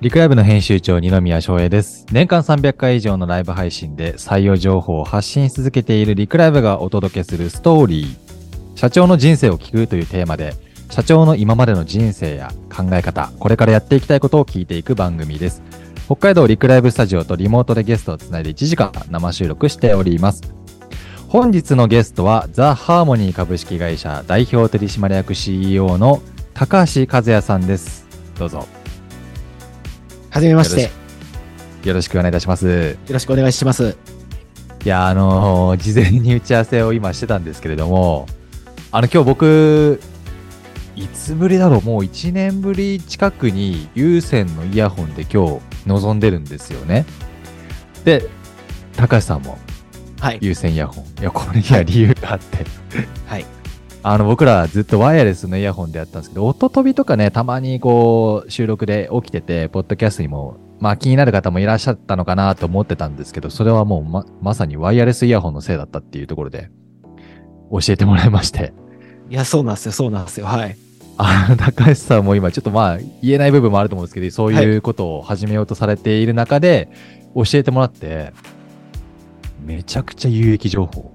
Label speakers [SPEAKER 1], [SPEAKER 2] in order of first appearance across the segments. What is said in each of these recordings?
[SPEAKER 1] リクライブの編集長、二宮翔平です。年間300回以上のライブ配信で採用情報を発信し続けているリクライブがお届けするストーリー。社長の人生を聞くというテーマで、社長の今までの人生や考え方、これからやっていきたいことを聞いていく番組です。北海道リクライブスタジオとリモートでゲストをつないで1時間生収録しております。本日のゲストは、ザ・ハーモニー株式会社代表取締役 CEO の高橋和也さんです。どうぞ。
[SPEAKER 2] はじめまして、よ
[SPEAKER 1] よろしくお願いいたします。
[SPEAKER 2] ろしくお願いします。
[SPEAKER 1] いや、あのー事前に打ち合わせを今してたんですけれども、あの、今日僕、いつぶりだろう、もう1年ぶり近くに有線のイヤホンで今日望んでるんですよね。で、高橋さんも
[SPEAKER 2] はい。
[SPEAKER 1] 有線イヤホン。いや、これには理由があって。
[SPEAKER 2] はい。
[SPEAKER 1] あの、僕らずっとワイヤレスのイヤホンでやったんですけど、音飛びとかね、たまにこう、収録で起きてて、ポッドキャストにも、まあ気になる方もいらっしゃったのかなと思ってたんですけど、それはもうま、まさにワイヤレスイヤホンのせいだったっていうところで、教えてもらいまして。
[SPEAKER 2] いや、そうなんですよ、そうなんですよ。はい。
[SPEAKER 1] あの、高橋さんも今、ちょっとまあ、言えない部分もあると思うんですけど、そういうことを始めようとされている中で、教えてもらって、めちゃくちゃ有益情報。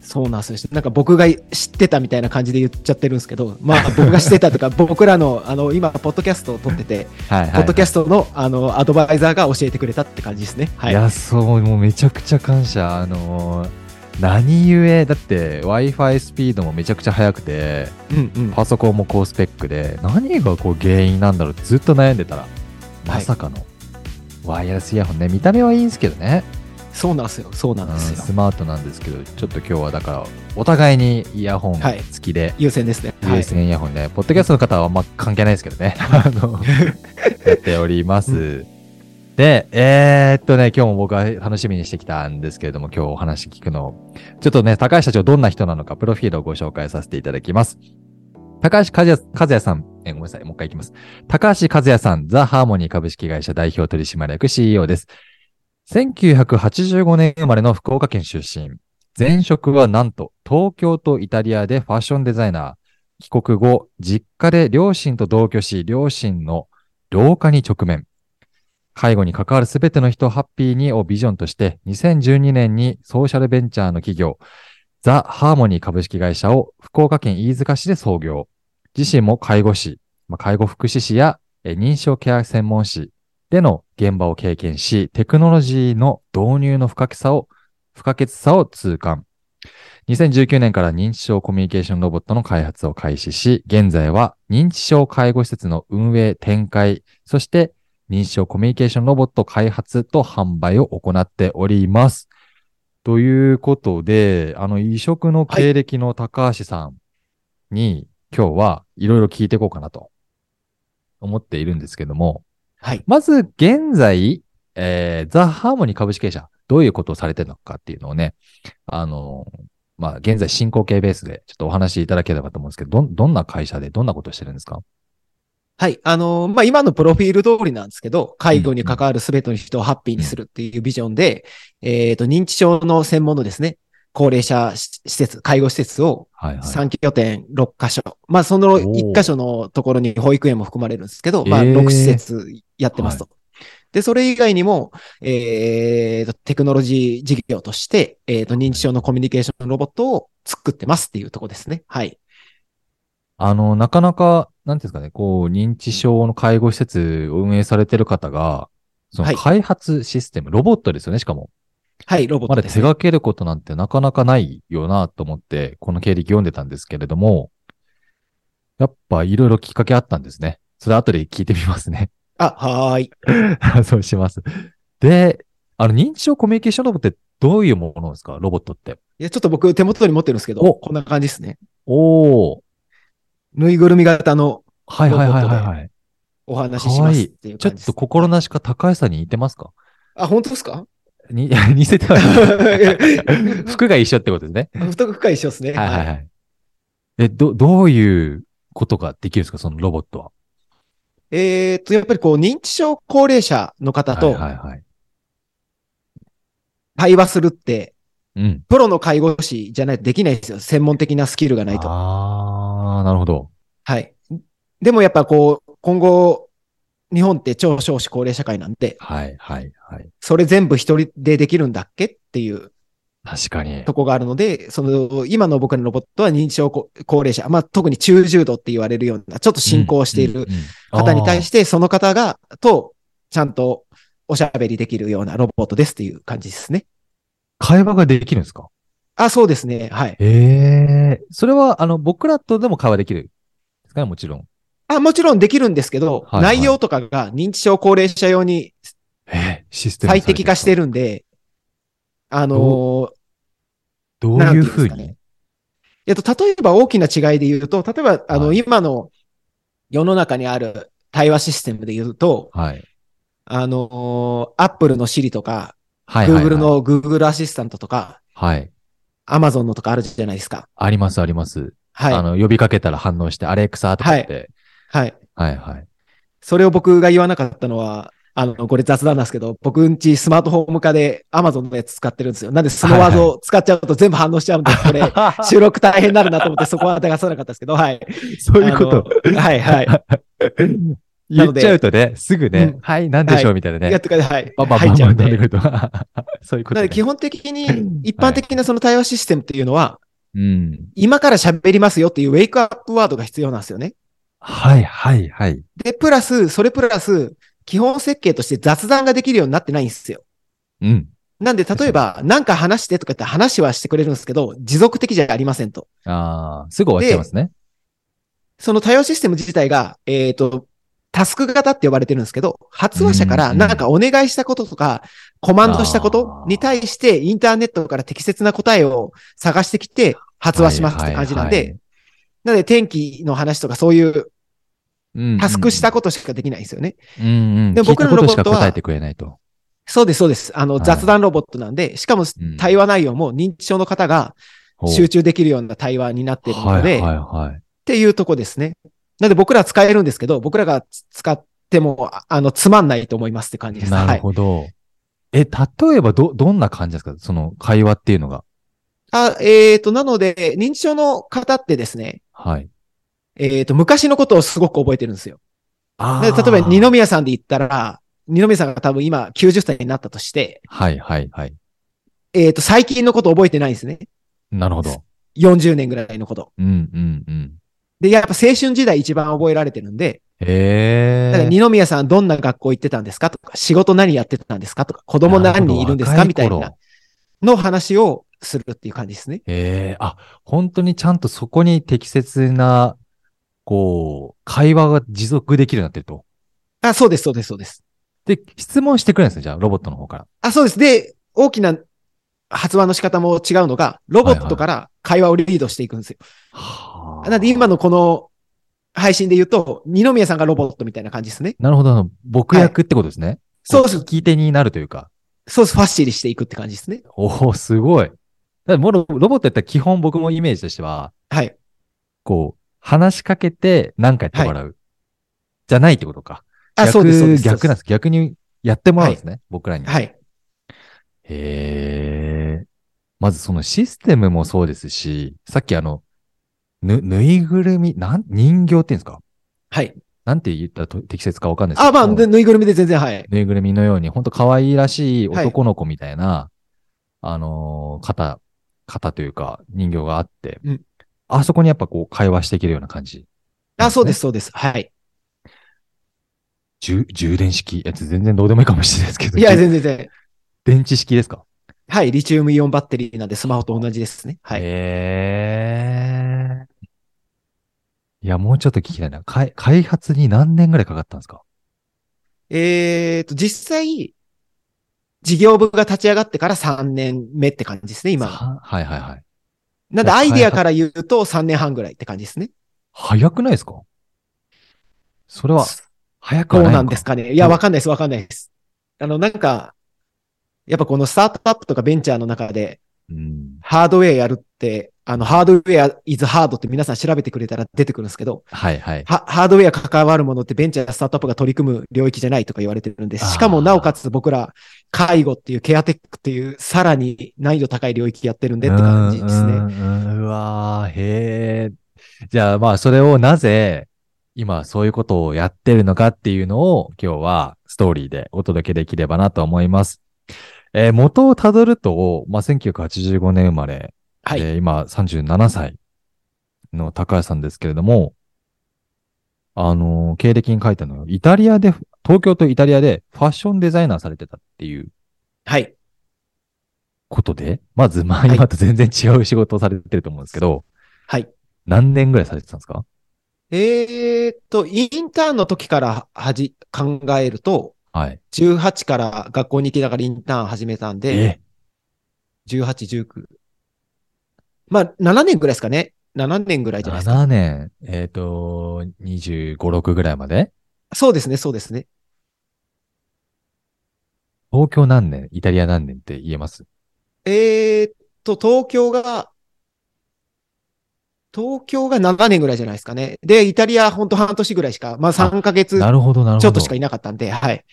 [SPEAKER 2] そうなんですよ。なんか僕が知ってたみたいな感じで言っちゃってるんですけど、 まあ僕が知ってたとか、僕らの、あの、今、ポッドキャストを撮ってて、
[SPEAKER 1] はいはい、はい。、
[SPEAKER 2] ポッドキャストの、あの、アドバイザーが教えてくれたって感じですね。はいい。
[SPEAKER 1] やそうもうめちゃくちゃ感謝あのー何故だって w i f i スピードもめちゃくちゃ速くて
[SPEAKER 2] うんうん。
[SPEAKER 1] パソコンも高スペックで何がこう原因なんだろうずっと悩んでたらまさかのワイヤレスイヤホンね見た目はいいんですけどね、
[SPEAKER 2] そうなんですよ、そうな
[SPEAKER 1] うんん、
[SPEAKER 2] ですよ
[SPEAKER 1] ス。マートなんですけどちょっと今日はだからお互いにイヤホン
[SPEAKER 2] はい
[SPEAKER 1] 付きで、
[SPEAKER 2] 優先ですね。はい
[SPEAKER 1] USB イヤホンね、ポッドキャストの方はあんま関係ないですけど ね、あの、やっております。
[SPEAKER 2] う
[SPEAKER 1] で、えーっとね、今日も僕は楽しみにしてきたんですけれども、今日お話聞くのを、ちょっとね、高橋社長どんな人なのか、プロフィールをご紹介させていただきます。高橋和也和也さん、えごめんなさい、もう一回いきます。高橋和也さん、ザ・ハーモニー株式会社代表取締役 CEO です。1985年生まれの福岡県出身。前職はなんと、東京とイタリアでファッションデザイナー。帰国後、実家で両親と同居し、両親の老化に直面。介護に関わるすべての人をハッピーにをビジョンとして、2012年にソーシャルベンチャーの企業、ザ・ハーモニー株式会社を福岡県飯塚市で創業。自身も介護士、まあ介護福祉士やえー認証ケア専門士での現場を経験し、テクノロジーの導入の不可欠さを、不可欠さを痛感。2019年から認知症コミュニケーションロボットの開発を開始し、現在は認知症介護施設の運営、展開、そして認知症コミュニケーションロボット開発と販売を行っております。ということで、あの、異色の経歴の高橋さんに、今日はいろいろ聞いていこうかなと思っているんですけども、
[SPEAKER 2] はい。
[SPEAKER 1] まず現在、えーザ・ハーモニー株式会社、どういうことをされてるのかっていうのをね、あの、まあ、現在進行形ベースでちょっとお話しいただければと思うんですけど、どん、どんな会社でどんなことをしてるんですか
[SPEAKER 2] はい。あのーまあ、今のプロフィール通りなんですけど、介護に関わるすべての人をハッピーにするっていうビジョンで、えっ、と、認知症の専門のですね、高齢者施設、介護施設を
[SPEAKER 1] はいはい。
[SPEAKER 2] 3拠点6カ所。まあ、その1カ所のところに保育園も含まれるんですけど、まあ、
[SPEAKER 1] えー
[SPEAKER 2] 6施設やってますと。で、それ以外にも、えーと、テクノロジー事業として、えーと、認知症のコミュニケーションロボットを作ってますっていうところですね。はい。
[SPEAKER 1] あの、なかなか、なんていうんですかね、こう、認知症の介護施設を運営されてる方が、そ
[SPEAKER 2] は
[SPEAKER 1] の
[SPEAKER 2] い
[SPEAKER 1] 開発システム、ロボットですよね、しかも。
[SPEAKER 2] はい、ロボッ
[SPEAKER 1] まだ
[SPEAKER 2] トで
[SPEAKER 1] 手
[SPEAKER 2] すね、
[SPEAKER 1] 掛けることなんてなかなかないよなと思って、この経歴読んでたんですけれども、やっぱいろいろきっかけあったんですね。それ後で聞いてみますね。
[SPEAKER 2] あ、はーい。
[SPEAKER 1] そうします。で、あの、認知症コミュニケーションロボットってどういうものですかロボットって。
[SPEAKER 2] いや、ちょっと僕手元に持ってるんですけど、
[SPEAKER 1] お
[SPEAKER 2] こんな感じですね。
[SPEAKER 1] おー。
[SPEAKER 2] ぬいぐるみ型の
[SPEAKER 1] はいはいはいはい、はい。
[SPEAKER 2] お話ししますっていう
[SPEAKER 1] ちょ
[SPEAKER 2] 感
[SPEAKER 1] っ
[SPEAKER 2] じです。
[SPEAKER 1] と心なしか高橋さんに似てますか
[SPEAKER 2] あ、本当で すか
[SPEAKER 1] に、似せてはいない 服が一緒ってことですね。
[SPEAKER 2] 太く深い一緒ですね。
[SPEAKER 1] はいはいはい。え、ど、どういうことができるんですかそのロボットは。
[SPEAKER 2] えっと、やっぱりこう、認知症高齢者の方
[SPEAKER 1] は
[SPEAKER 2] と
[SPEAKER 1] いはいはい。
[SPEAKER 2] 対話するって、
[SPEAKER 1] うん。
[SPEAKER 2] プロの介護士じゃないとできないですよ。専門的なスキルがないと。
[SPEAKER 1] あー、なるほど。
[SPEAKER 2] はい。でもやっぱこう、今後、日本って超少子高齢社会なんで、
[SPEAKER 1] はい、はい、はい。
[SPEAKER 2] それ全部一人でできるんだっけっていう
[SPEAKER 1] 確かに。。
[SPEAKER 2] とこがあるので、その、今の僕らのロボットは認知症こ高齢者、まあ特に中重度って言われるような、ちょっと進行している方に対してて、その方が、と、ちゃんとおしゃべりできるようなロボットですっていう感じですね。
[SPEAKER 1] あー会話ができるんですか
[SPEAKER 2] あ、そうですね。はい。
[SPEAKER 1] ええそれは、あの、僕らとでも会話できる。ですかね、もちろん。
[SPEAKER 2] あ、もちろんできるんですけど、
[SPEAKER 1] はいはい
[SPEAKER 2] 内容とかが認知症高齢者用に
[SPEAKER 1] えー、システム
[SPEAKER 2] 最適化して
[SPEAKER 1] る。
[SPEAKER 2] るんで、あのー
[SPEAKER 1] どどう
[SPEAKER 2] ないん
[SPEAKER 1] う
[SPEAKER 2] ていうん
[SPEAKER 1] ふう
[SPEAKER 2] ですか
[SPEAKER 1] に
[SPEAKER 2] ねえっと、例えば大きな違いで言うと、例えば、あの、
[SPEAKER 1] はい
[SPEAKER 2] 今の世の中にある対話システムで言うと、
[SPEAKER 1] はい。
[SPEAKER 2] あのー、Apple の Siri とか、
[SPEAKER 1] はいはい、はい。
[SPEAKER 2] Google。の Google アシスタントとか、
[SPEAKER 1] はい。
[SPEAKER 2] Amazon のとかあるじゃないですか。
[SPEAKER 1] あります、あります。
[SPEAKER 2] はい
[SPEAKER 1] あ。の、呼びかけたら反応して、アレクサとか言って。
[SPEAKER 2] はい。
[SPEAKER 1] はい、はい。
[SPEAKER 2] それを僕が言わなかったのは、あの、これ雑談なんですけど、僕んちスマートフォン向かで Amazon のやつ使ってるんですよ。なんでそのワードを使っちゃうと全部反応しちゃうんで、 これ、収録大変になるなと思ってそこは出さなかったですけど、はい。
[SPEAKER 1] そういうこと。
[SPEAKER 2] あの。はいはい。
[SPEAKER 1] 言っちゃうとね、すぐね、
[SPEAKER 2] うん
[SPEAKER 1] はい、なんでしょうみたいなね。
[SPEAKER 2] やってから、はい。
[SPEAKER 1] バンバンバ
[SPEAKER 2] 入っ
[SPEAKER 1] ン
[SPEAKER 2] ちゃ
[SPEAKER 1] バ
[SPEAKER 2] う
[SPEAKER 1] ン
[SPEAKER 2] んで。
[SPEAKER 1] 出て
[SPEAKER 2] な
[SPEAKER 1] くると。そういうこと、
[SPEAKER 2] の
[SPEAKER 1] ね。
[SPEAKER 2] で基本的に、一般的なその対話システムっていうのは、
[SPEAKER 1] うん。
[SPEAKER 2] 今から喋りますよっていうウェイクアップワードが必要なんですよね。
[SPEAKER 1] はい、はい、はい。
[SPEAKER 2] で、プラス、それプラス、基本設計として雑談ができるようになってないんですよ。
[SPEAKER 1] うん。
[SPEAKER 2] なんで、例えば、なんか話してとか言って話はしてくれるんですけど、持続的じゃありませんと。
[SPEAKER 1] ああ、すぐ終わっちゃいますね。
[SPEAKER 2] その対応システム自体が、えっ、と、タスク型って呼ばれてるんですけど、発話者から
[SPEAKER 1] うん
[SPEAKER 2] なんかお願いしたこととか、コマンドしたことに対して、インターネットから適切な答えを探してきて、発話しますって感じなん
[SPEAKER 1] はいはい
[SPEAKER 2] で、なので天気の話とかそういう
[SPEAKER 1] はい、
[SPEAKER 2] タスクしたことしかできないんですよね。
[SPEAKER 1] うんうん。で
[SPEAKER 2] でも僕
[SPEAKER 1] 僕の
[SPEAKER 2] ら
[SPEAKER 1] こと
[SPEAKER 2] のロボ
[SPEAKER 1] し
[SPEAKER 2] ッ
[SPEAKER 1] か
[SPEAKER 2] トは
[SPEAKER 1] 答えてくれないと。
[SPEAKER 2] そうです、そうです。あの、
[SPEAKER 1] はい
[SPEAKER 2] 雑談ロボットなんで、しかも
[SPEAKER 1] うん
[SPEAKER 2] 対話内容も認知症の方が集中できるような対話になっているの
[SPEAKER 1] は
[SPEAKER 2] で、
[SPEAKER 1] い、はい、はい。
[SPEAKER 2] っていうとこですね。なんで僕ら使えるんですけど、僕らが使っても、ああの、つまんないと思いますって感じです。
[SPEAKER 1] なるほど。え、例えばど、どんな感じですかその会話っていうのが。
[SPEAKER 2] はい、あえっ、と、なので、認知症の方ってですね、
[SPEAKER 1] はい。
[SPEAKER 2] えっ、と、昔のことをすごく覚えてるんですよ。
[SPEAKER 1] あ
[SPEAKER 2] なので例えば、二宮さんで言ったら、二宮さんが多分今90歳になったとして、
[SPEAKER 1] はい、はい、はい。
[SPEAKER 2] えっ、と、最近のこと覚えてないんですね。
[SPEAKER 1] なるほど。
[SPEAKER 2] 40年ぐらいのこと。
[SPEAKER 1] うん、うん、うん。
[SPEAKER 2] で、やっぱ青春時代一番覚えられてるんで、
[SPEAKER 1] へえ
[SPEAKER 2] だから二宮さんどんな学校行ってたんですかとか、仕事何やってたんですかとか、子供何人いるんですかみたいな。の話をするっていう感じですね。
[SPEAKER 1] ええあ、本当にちゃんとそこに適切な、こう、会話が持続できるようになってると。
[SPEAKER 2] あ、そうです、そうです、そうです。
[SPEAKER 1] で、質問してくれるんですね、じゃあ、ロボットの方から。
[SPEAKER 2] あ、そうです。で、大きな発話の仕方も違うのが、ロボットから会話をリードしていくんですよ。
[SPEAKER 1] は
[SPEAKER 2] なんで今のこの配信で言うと、二宮さんがロボットみたいな感じですね。
[SPEAKER 1] なるほど、あの僕役ってことですね。
[SPEAKER 2] そう
[SPEAKER 1] こ
[SPEAKER 2] です。
[SPEAKER 1] 聞き手になるというか。
[SPEAKER 2] そうです。ファッシリしていくって感じですね。
[SPEAKER 1] おお、すごい。だからもうロロボットやったら基本僕もイメージとしては、
[SPEAKER 2] はい。
[SPEAKER 1] こう、話しかけて何かやってもらう。じゃないってことか。
[SPEAKER 2] あ、
[SPEAKER 1] 逆
[SPEAKER 2] そうです、そうです。
[SPEAKER 1] 逆なん
[SPEAKER 2] そう
[SPEAKER 1] です。逆にやってもらうんですね、僕らに。
[SPEAKER 2] ですはい。
[SPEAKER 1] へえ。まずそのシステムもそうですし、さっきあの、ぬ、ぬいぐるみ、なん、人形っていうんですか
[SPEAKER 2] はい。
[SPEAKER 1] なんて言ったらと適切かわかんないですけ
[SPEAKER 2] あ、
[SPEAKER 1] ど。
[SPEAKER 2] まあ、ぬぬいぐるみで全然、はい。
[SPEAKER 1] ぬいぐるみのように、ほんと可愛らしい
[SPEAKER 2] はい
[SPEAKER 1] 男の子みたいな、あのー肩、肩というか人形があって、
[SPEAKER 2] うん
[SPEAKER 1] あそこにやっぱこう会話していけるような感じ。
[SPEAKER 2] あ、そうです、そうです。はい。
[SPEAKER 1] 充充電式。いや、全然どうでもいいかもしれないですけど。
[SPEAKER 2] いや、
[SPEAKER 1] 充
[SPEAKER 2] 全然、全然。
[SPEAKER 1] 電池式ですか
[SPEAKER 2] はい。リチウムイオンバッテリーなんで、スマホと同じですね。はい。
[SPEAKER 1] へーいや、もうちょっと聞きたいな。開開発に何年ぐらいかかったんですか
[SPEAKER 2] えーと、実際、事業部が立ち上がってから3年目って感じですね、今。
[SPEAKER 1] さはいはいはい。
[SPEAKER 2] なんで、アイディアから言うと3年半ぐらいって感じですね。
[SPEAKER 1] 早くないですかそれは、早く
[SPEAKER 2] ど
[SPEAKER 1] はない
[SPEAKER 2] う
[SPEAKER 1] の
[SPEAKER 2] なんですかね。いや、
[SPEAKER 1] うん
[SPEAKER 2] わかんないです、わかんないです。あの、なんか、やっぱこのスタートアップとかベンチャーの中で、
[SPEAKER 1] うん。
[SPEAKER 2] ハードウェアやるって、あの、ハードウェア is hard って皆さん調べてくれたら出てくるんですけど、
[SPEAKER 1] はいはい。
[SPEAKER 2] はハードウェア関わるものってベンチャー、スタートアップが取り組む領域じゃないとか言われてるんです。しか
[SPEAKER 1] あ
[SPEAKER 2] も
[SPEAKER 1] ー
[SPEAKER 2] なおかつ僕ら、介護っていうケアテックっていうさらに難易度高い領域やってるんでって感じです
[SPEAKER 1] う
[SPEAKER 2] ね。
[SPEAKER 1] んうんうんうわーへえ。じゃあまあそれをなぜ今そういうことをやってるのかっていうのを今日はストーリーでお届けできればなと思います。えー元をたどると、まあ、1985年生まれ、
[SPEAKER 2] はい。
[SPEAKER 1] えー今37歳の高橋さんですけれども、あのー経歴に書いたのは、イタリアで、東京とイタリアでファッションデザイナーされてたっていう
[SPEAKER 2] はい。
[SPEAKER 1] ことで、まず、まあ
[SPEAKER 2] はい
[SPEAKER 1] 今と全然違う仕事をされてると思うんですけど、
[SPEAKER 2] はい。
[SPEAKER 1] 何年ぐらいされてたんですか
[SPEAKER 2] えーっと、インターンの時からはじ、考えると、
[SPEAKER 1] はい。
[SPEAKER 2] 18から学校に行きながらインターン始めたんで、
[SPEAKER 1] え、
[SPEAKER 2] 18、19。まあ、7年ぐらいですかね。7年ぐらいじゃないですか。
[SPEAKER 1] 7年、えっ、と、25、6ぐらいまで
[SPEAKER 2] そうですね、そうですね。
[SPEAKER 1] 東京何年イタリア何年って言えます
[SPEAKER 2] えーっと、東京が、東京が7年ぐらいじゃないですかね。で、イタリアほんと半年ぐらいしか、まあ3ヶ月
[SPEAKER 1] なるほど、なるほど。
[SPEAKER 2] ちょっとしかいなかったんで、はい。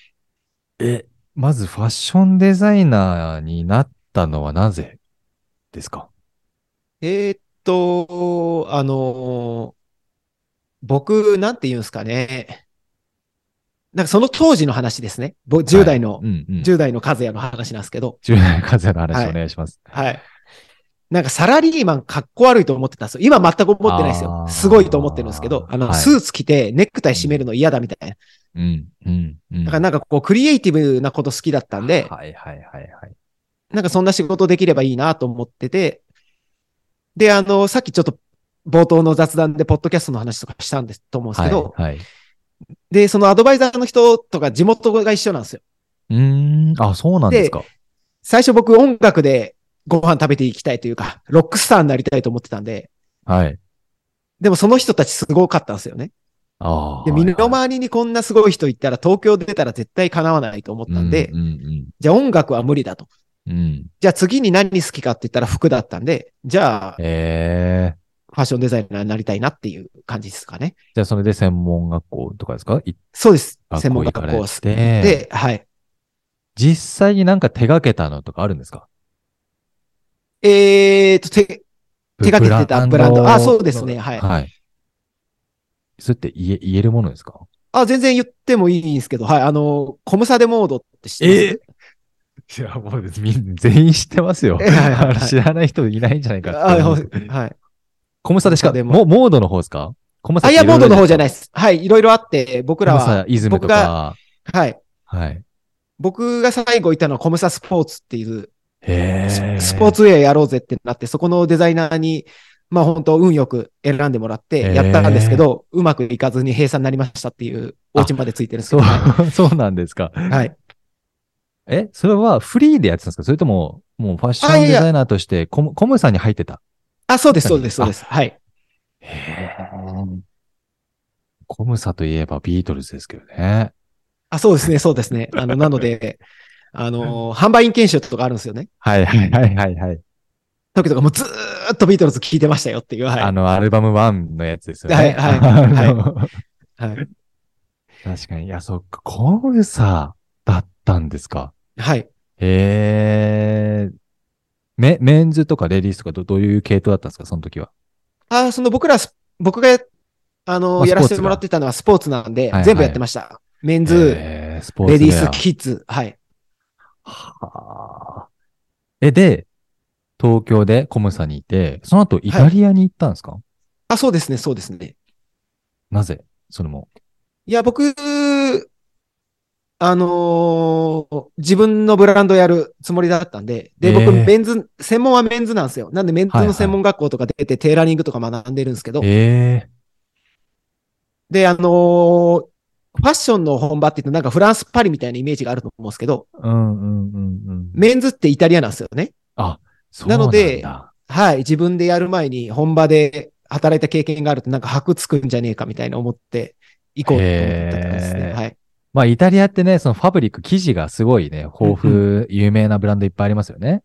[SPEAKER 1] え、まずファッションデザイナーになったのはなぜですか
[SPEAKER 2] えーっと、あのー僕、なんて言うんですかね。なんかその当時の話ですね。僕10代の、
[SPEAKER 1] うんうん。10
[SPEAKER 2] 10代の和也の話なんですけど、
[SPEAKER 1] 代の風の話
[SPEAKER 2] はい
[SPEAKER 1] お願いします。
[SPEAKER 2] はい。なんかサラリーマンかっこ悪いと思ってたんですよ。今全く思ってないです
[SPEAKER 1] あ
[SPEAKER 2] よ。
[SPEAKER 1] ー
[SPEAKER 2] すごいと思ってるんですけど、あの、
[SPEAKER 1] はい
[SPEAKER 2] スーツ着てネクタイ締めるの嫌だみたいな。
[SPEAKER 1] うん、うん、うん。
[SPEAKER 2] だからなんかこう、クリエイティブなこと好きだったんで、
[SPEAKER 1] はいはいはいはい。
[SPEAKER 2] なんかそんな仕事できればいいなと思ってて、で、あの、さっきちょっと冒頭の雑談でポッドキャストの話とかしたんですと思うんですけど、
[SPEAKER 1] はい、はい。
[SPEAKER 2] で、そのアドバイザーの人とか地元が一緒なんですよ。
[SPEAKER 1] うーん、あ、そうなんですか。
[SPEAKER 2] 最初僕音楽でご飯食べていきたいというか、ロックスターになりたいと思ってたんで、
[SPEAKER 1] はい。
[SPEAKER 2] でもその人たちすごかったんですよね。
[SPEAKER 1] ああ。
[SPEAKER 2] で、
[SPEAKER 1] はい
[SPEAKER 2] 身
[SPEAKER 1] はい
[SPEAKER 2] の回りにこんなすごい人いたら東京出たら絶対叶わないと思ったんで、
[SPEAKER 1] うん、うん、
[SPEAKER 2] じゃあ音楽は無理だと。
[SPEAKER 1] うん。うん
[SPEAKER 2] じゃあ次に何好きかって言ったら服だったんで、じゃあ
[SPEAKER 1] ええ
[SPEAKER 2] ファッションデザイナーになりたいなっていう感じですかね。
[SPEAKER 1] じゃあ、それで専門学校とかですかい
[SPEAKER 2] そうです。
[SPEAKER 1] 学校
[SPEAKER 2] 専門学校
[SPEAKER 1] 行
[SPEAKER 2] を
[SPEAKER 1] かれ
[SPEAKER 2] す
[SPEAKER 1] て
[SPEAKER 2] で、はい。
[SPEAKER 1] 実際になんか手掛けたのとかあるんですか
[SPEAKER 2] えーと、手、手掛けてたブランドあそうですね
[SPEAKER 1] の
[SPEAKER 2] はい
[SPEAKER 1] はい。それって言え、言えるものですか
[SPEAKER 2] あ、全然言ってもいいんですけど、はい、あの、コムサデモードって知ってま す
[SPEAKER 1] いや、もう別にみん全員知ってますよ。
[SPEAKER 2] えはいはいはい
[SPEAKER 1] あの知らない人いないんじゃないか
[SPEAKER 2] あ
[SPEAKER 1] って思う。
[SPEAKER 2] はい。
[SPEAKER 1] コムサですか
[SPEAKER 2] で
[SPEAKER 1] も
[SPEAKER 2] も
[SPEAKER 1] モードの方ですかコムサ。
[SPEAKER 2] あ、いや、モードの方じゃないいです。はい、いろいろあって、僕
[SPEAKER 1] コ
[SPEAKER 2] ら
[SPEAKER 1] ム
[SPEAKER 2] は、
[SPEAKER 1] サイズムとか。
[SPEAKER 2] はい。
[SPEAKER 1] はい。
[SPEAKER 2] 僕が最後いたのはコムサスポーツっていう、
[SPEAKER 1] へ
[SPEAKER 2] ス
[SPEAKER 1] ー
[SPEAKER 2] スポーツウェアやろうぜってなって、そこのデザイナーに、まあ本当運よく選んでもらってやったんですけど、うまくいかずに閉鎖になりましたっていうお家までついてるんですけ
[SPEAKER 1] そ
[SPEAKER 2] ど、
[SPEAKER 1] う
[SPEAKER 2] は、
[SPEAKER 1] そう なんですか。
[SPEAKER 2] いはい。
[SPEAKER 1] え、それはフリーでやってたんですかそれとも、もうファッショ
[SPEAKER 2] あい
[SPEAKER 1] ン
[SPEAKER 2] やい
[SPEAKER 1] デ
[SPEAKER 2] や
[SPEAKER 1] ザイナーとしてコム、コムサに入ってた。
[SPEAKER 2] あ、そうです、そうです、そうです。はい。
[SPEAKER 1] へコムサといえばビートルズですけどね。
[SPEAKER 2] あ、そうですね、そうですね。あの、なので、あの、販売員研修とかあるんですよね。
[SPEAKER 1] はいはいはいはいはい。
[SPEAKER 2] 時とかもうずーっとビートルズ聴いてましたよっていう、はい。
[SPEAKER 1] あの、アルバム1のやつですよね。
[SPEAKER 2] はいはい
[SPEAKER 1] あの
[SPEAKER 2] はい。
[SPEAKER 1] 確かに。いや、そっか。コムサだったんですか。
[SPEAKER 2] はい。
[SPEAKER 1] へえ。メ、メンズとかレディースとかど、どういう系統だったんですかその時は。
[SPEAKER 2] あ、その僕らス、僕が、あ
[SPEAKER 1] ま
[SPEAKER 2] の、
[SPEAKER 1] あ
[SPEAKER 2] やら
[SPEAKER 1] スポー
[SPEAKER 2] せ
[SPEAKER 1] ツ
[SPEAKER 2] て
[SPEAKER 1] が
[SPEAKER 2] もらってたのはスポーツなんで
[SPEAKER 1] はい、
[SPEAKER 2] 全部やってました。メンズ、レ
[SPEAKER 1] へースポーツ
[SPEAKER 2] ディー
[SPEAKER 1] ウェア
[SPEAKER 2] ス、キッズ。はい。
[SPEAKER 1] はあえ、で、東京でコムサにいて、その後イタリアに行ったんですか、
[SPEAKER 2] あ、そうですね、そうですね。
[SPEAKER 1] なぜそれも。
[SPEAKER 2] いや、僕、あのー自分のブランドやるつもりだったんで、で、
[SPEAKER 1] え
[SPEAKER 2] 僕、
[SPEAKER 1] ー
[SPEAKER 2] メンズ、専門はメンズなんですよ。なんでメンズ
[SPEAKER 1] はいは
[SPEAKER 2] の
[SPEAKER 1] い
[SPEAKER 2] 専門学校とか出て、テーラリングとか学んでるんですけど、
[SPEAKER 1] へえ。
[SPEAKER 2] で、あのーファッションの本場って言うとなんかフランスパリみたいなイメージがあると思うんですけど、
[SPEAKER 1] うんうんうんうん。
[SPEAKER 2] メンズってイタリアなんですよね。
[SPEAKER 1] そうなんだ
[SPEAKER 2] なのではい。自分でやる前に本場で働いた経験があるとなんか箔つくんじゃねえかみたいな思って行こうと思ったからです
[SPEAKER 1] へー
[SPEAKER 2] ね。はい。
[SPEAKER 1] まあ、イタリアってね、そのファブリック、生地がすごいね、豊富、有名なブランドいっぱいありますよね。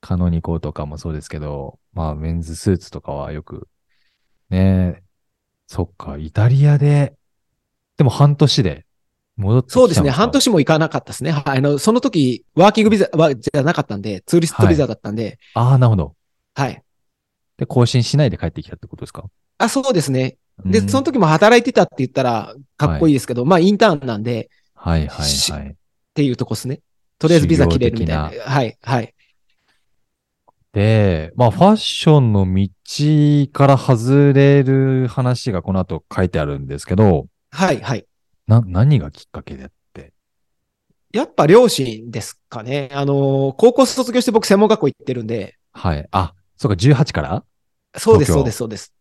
[SPEAKER 1] カノニコとかもそうですけど、まあ、メンズスーツとかはよく、ねえ、そっか、イタリアで、でも半年で戻ってきた
[SPEAKER 2] そうですね。
[SPEAKER 1] のか
[SPEAKER 2] 半。年も行かなかったですね。はい。あの、その時、ワーキングビザはじゃなかったんで、ツーリストビザだったんで、
[SPEAKER 1] ああ、なるほど。
[SPEAKER 2] はい。
[SPEAKER 1] で、更新しないで帰ってきたってことですか
[SPEAKER 2] あ、そうですね。で、
[SPEAKER 1] うん
[SPEAKER 2] その時も働いてたって言ったら、かっこいいですけど、まあ、インターンなんで、
[SPEAKER 1] はいはい
[SPEAKER 2] し
[SPEAKER 1] はい。
[SPEAKER 2] っていうとこですね。とりあえずビザ切れるみたいな。
[SPEAKER 1] 修
[SPEAKER 2] はい、はい。
[SPEAKER 1] で、まあ、ファッションの道から外れる話がこの後書いてあるんですけど、
[SPEAKER 2] はい、はい。
[SPEAKER 1] な、何がきっかけで
[SPEAKER 2] やっぱ両親ですかね。あのー高校卒業して僕専門学校行ってるんで、
[SPEAKER 1] はい。あ、そうか、18から
[SPEAKER 2] そうです、
[SPEAKER 1] 東京
[SPEAKER 2] そうです、そうです。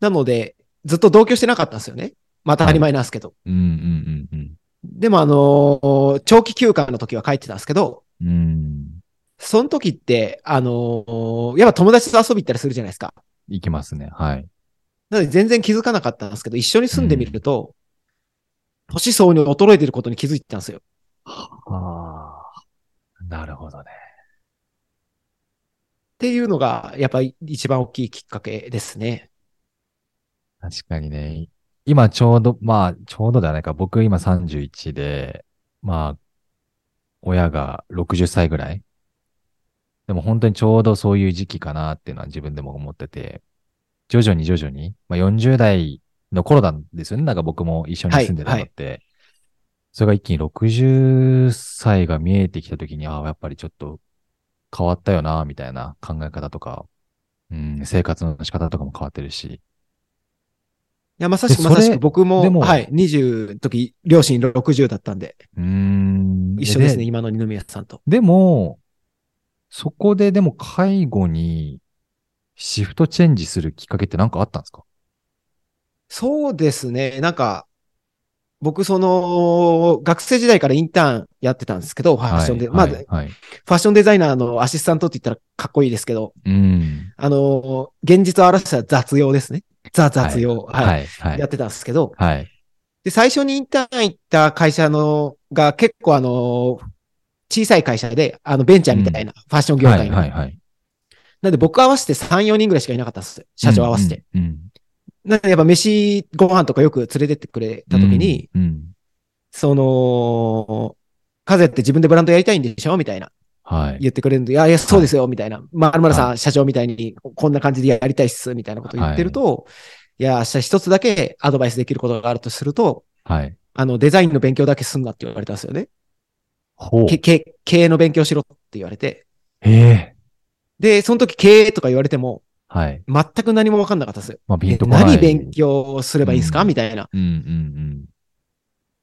[SPEAKER 2] なので、ずっと同居してなかったんですよね。また当たり前なんですけど。
[SPEAKER 1] うんうんうん
[SPEAKER 2] でもあのー長期休暇の時は帰ってたんですけど、
[SPEAKER 1] うん。うん。
[SPEAKER 2] その時って、あのーやっぱ友達と遊び行ったりするじゃないですか。
[SPEAKER 1] いきますね。はい。
[SPEAKER 2] なので全然気づかなかったんですけど、一緒に住んでみると、年相応に衰えてることに気づいてたんですよ。
[SPEAKER 1] ああ。なるほどね。
[SPEAKER 2] っていうのが、やっぱり一番大きいきっかけですね。
[SPEAKER 1] 確かにね。今ちょうど、まあ、ちょうどではないか。僕今31で、まあ、親が60歳ぐらい。でも本当にちょうどそういう時期かなっていうのは自分でも思ってて、徐々に徐々に、まあ40代の頃なんですよね。なんか僕も一緒に住んでたのって。それが一気に60歳が見えてきた時に、ああ、やっぱりちょっと変わったよな、みたいな考え方とか、うん、生活の仕方とかも変わってるし。
[SPEAKER 2] いや、まさし
[SPEAKER 1] え
[SPEAKER 2] く
[SPEAKER 1] そ
[SPEAKER 2] ま
[SPEAKER 1] れ
[SPEAKER 2] さしく僕
[SPEAKER 1] で
[SPEAKER 2] も、
[SPEAKER 1] も
[SPEAKER 2] はい、20の時、両親60だったんで、
[SPEAKER 1] うーん。
[SPEAKER 2] 一緒ですね、
[SPEAKER 1] で。
[SPEAKER 2] 今の二宮さんと。
[SPEAKER 1] でも、そこででも介護にシフトチェンジするきっかけって何かあったんですか
[SPEAKER 2] そうですね、なんか、僕、その、学生時代からインターンやってたんですけど、ファッションで、まあ、
[SPEAKER 1] はい、はい。
[SPEAKER 2] ファッションデザイナーのアシスタントって言ったらかっこいいですけど、
[SPEAKER 1] うん。
[SPEAKER 2] あの、現実を表した雑用ですね。ザ雑用。はい。
[SPEAKER 1] はい、は
[SPEAKER 2] や
[SPEAKER 1] い。
[SPEAKER 2] ってたんですけど、
[SPEAKER 1] はい。
[SPEAKER 2] で、最初にインターン行った会社の、が結構あの、小さい会社で、あの、ベンチャーみたいな、ファッション業
[SPEAKER 1] はい、
[SPEAKER 2] 界の。
[SPEAKER 1] はい、はい。
[SPEAKER 2] なんで僕合わせて3、4人ぐらいしかいなかったんですよ。社長合わせて。
[SPEAKER 1] うん。
[SPEAKER 2] なんでやっぱ飯、ご飯とかよく連れてってくれ
[SPEAKER 1] う
[SPEAKER 2] た
[SPEAKER 1] ん
[SPEAKER 2] 時に、、
[SPEAKER 1] うん。
[SPEAKER 2] その、カゼって自分でブランドやりたいんでしょみたいな。
[SPEAKER 1] はい。
[SPEAKER 2] 言ってくれるんで、いや、いや、そうですよ、みたいな。まあ、丸村さん、社長みたいに、こんな感じでやりたいっす、みたいなことを言ってると、い、や、明日一つだけアドバイスできることがあるとすると、
[SPEAKER 1] はい。
[SPEAKER 2] あの、デザインの勉強だけすんなって言われたんですよね。
[SPEAKER 1] ほう。
[SPEAKER 2] けけ経営の勉強しろって言われて。
[SPEAKER 1] へえ。
[SPEAKER 2] で、その時経営とか言われても、
[SPEAKER 1] はい。
[SPEAKER 2] 全く何も分かんなかったんですよ。
[SPEAKER 1] まあ、ピン
[SPEAKER 2] え
[SPEAKER 1] とこない。
[SPEAKER 2] 何勉強すればいいんですか、
[SPEAKER 1] うん
[SPEAKER 2] みたいな。
[SPEAKER 1] うん、うん、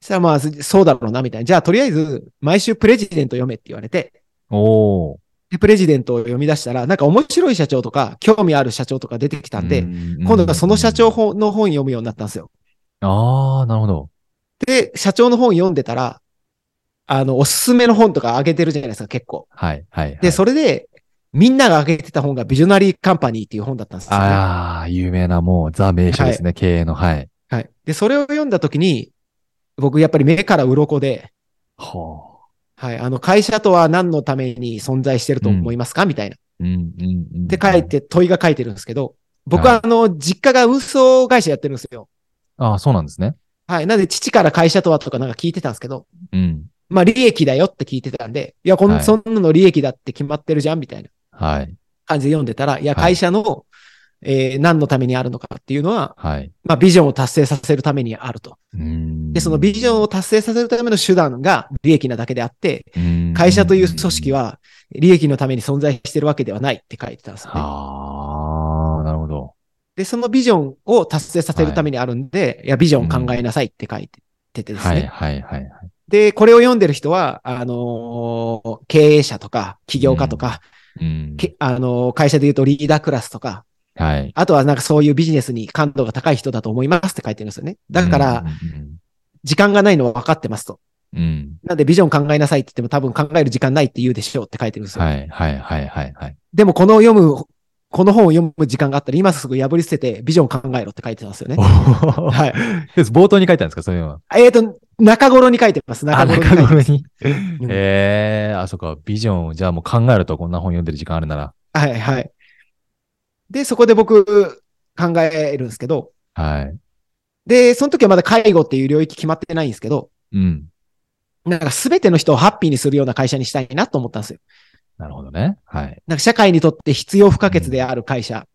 [SPEAKER 2] そしたらまあ、そそうだろうな、みたいな。じゃあ、とりあえず、毎週プレジデント読めって言われて、
[SPEAKER 1] うん。おー。
[SPEAKER 2] で、プレジデントを読み出したら、なんか面白い社長とか、興味ある社長とか出てきたんで、今度はその社長
[SPEAKER 1] 本。
[SPEAKER 2] 本の本読むようになったんですよ。
[SPEAKER 1] ああ、なるほど。
[SPEAKER 2] で、社長の本読んでたら、あの、おすすめの本とかあげてるじゃないですか、結構。
[SPEAKER 1] はい、はい。
[SPEAKER 2] で、
[SPEAKER 1] れ。
[SPEAKER 2] それで、みんながあげてた本がビジョナリーカンパニーっていう本だったんですよ、ね。は
[SPEAKER 1] ああ、有名な、もう、ザ名所ですね、経営の。はい。
[SPEAKER 2] い。で、それを読んだ時に、僕やっぱり目から鱗で、
[SPEAKER 1] ほう。
[SPEAKER 2] はい、あの、会社とは何のために存在してると思いますか、みたいな。
[SPEAKER 1] うんうんうん。
[SPEAKER 2] って書い。て、問いが書いてるんですけど、僕
[SPEAKER 1] は
[SPEAKER 2] はあの、実家が運送会社やってるんですよ。
[SPEAKER 1] ああ、そうなんですね。
[SPEAKER 2] はい。なんで、父から会社とはとかなんか聞いてたんですけど、
[SPEAKER 1] うん。
[SPEAKER 2] まあ、利益だよって聞いてたんで、いや、こん、
[SPEAKER 1] はい
[SPEAKER 2] そんなの利益だって決まってるじゃんみたいな
[SPEAKER 1] はい。
[SPEAKER 2] 感じで読んでたら、いや、
[SPEAKER 1] はい
[SPEAKER 2] 会社の、えー何のためにあるのかっていうのは、
[SPEAKER 1] はい。
[SPEAKER 2] まあ、ビジョンを達成させるためにあると。
[SPEAKER 1] うん
[SPEAKER 2] で、そのビジョンを達成させるための手段が利益なだけであって、
[SPEAKER 1] ン
[SPEAKER 2] 会社という組織
[SPEAKER 1] は。
[SPEAKER 2] は利益のために存在してるわけではないって書いてたんですよね、
[SPEAKER 1] ああ、なるほど。
[SPEAKER 2] で、そのビジョンを達成させるためにあるんで、い、や、ビジョンを考えなさいって書いててですね。
[SPEAKER 1] はいはいはいはい。
[SPEAKER 2] で、これを読んでる人は、あのー経営者とか、起業家とか、
[SPEAKER 1] うん。
[SPEAKER 2] けあのー会社で言うとリーダークラスとか、
[SPEAKER 1] はい。
[SPEAKER 2] あとはなんかそういうビジネスに感度が高い人だと思いますって書いてるんですよね。だから、時間がないのは分かってますと。
[SPEAKER 1] うん、うんうん。
[SPEAKER 2] なんでビジョン考えなさいって言っても多分考える時間ないって言うでしょうって書いてるんですよ。
[SPEAKER 1] はいはいはいはいはい。
[SPEAKER 2] でもこの読む、この本を読む時間があったら今すぐ破り捨ててビジョン考えろって書いてますよね。
[SPEAKER 1] は
[SPEAKER 2] はい。
[SPEAKER 1] い。冒頭に書いたんですかそういうのは。
[SPEAKER 2] えっ、と、中頃に書いてます。中
[SPEAKER 1] あ、
[SPEAKER 2] 頃に
[SPEAKER 1] 中
[SPEAKER 2] 書いて
[SPEAKER 1] 頃
[SPEAKER 2] ます。
[SPEAKER 1] に。
[SPEAKER 2] うん
[SPEAKER 1] ええ、あ、そっか。ビジョンを、じゃあもう考えるとこんな本読んでる時間あるなら。
[SPEAKER 2] はいはい。で、そこで僕考えるんですけど、
[SPEAKER 1] はい。
[SPEAKER 2] で、その時はまだ介護っていう領域決まってないんですけど、
[SPEAKER 1] うん。
[SPEAKER 2] なんか全ての人をハッピーにするような会社にしたいなと思ったんですよ。
[SPEAKER 1] なるほどね。はい。
[SPEAKER 2] なんか社会にとって必要不可欠である会社。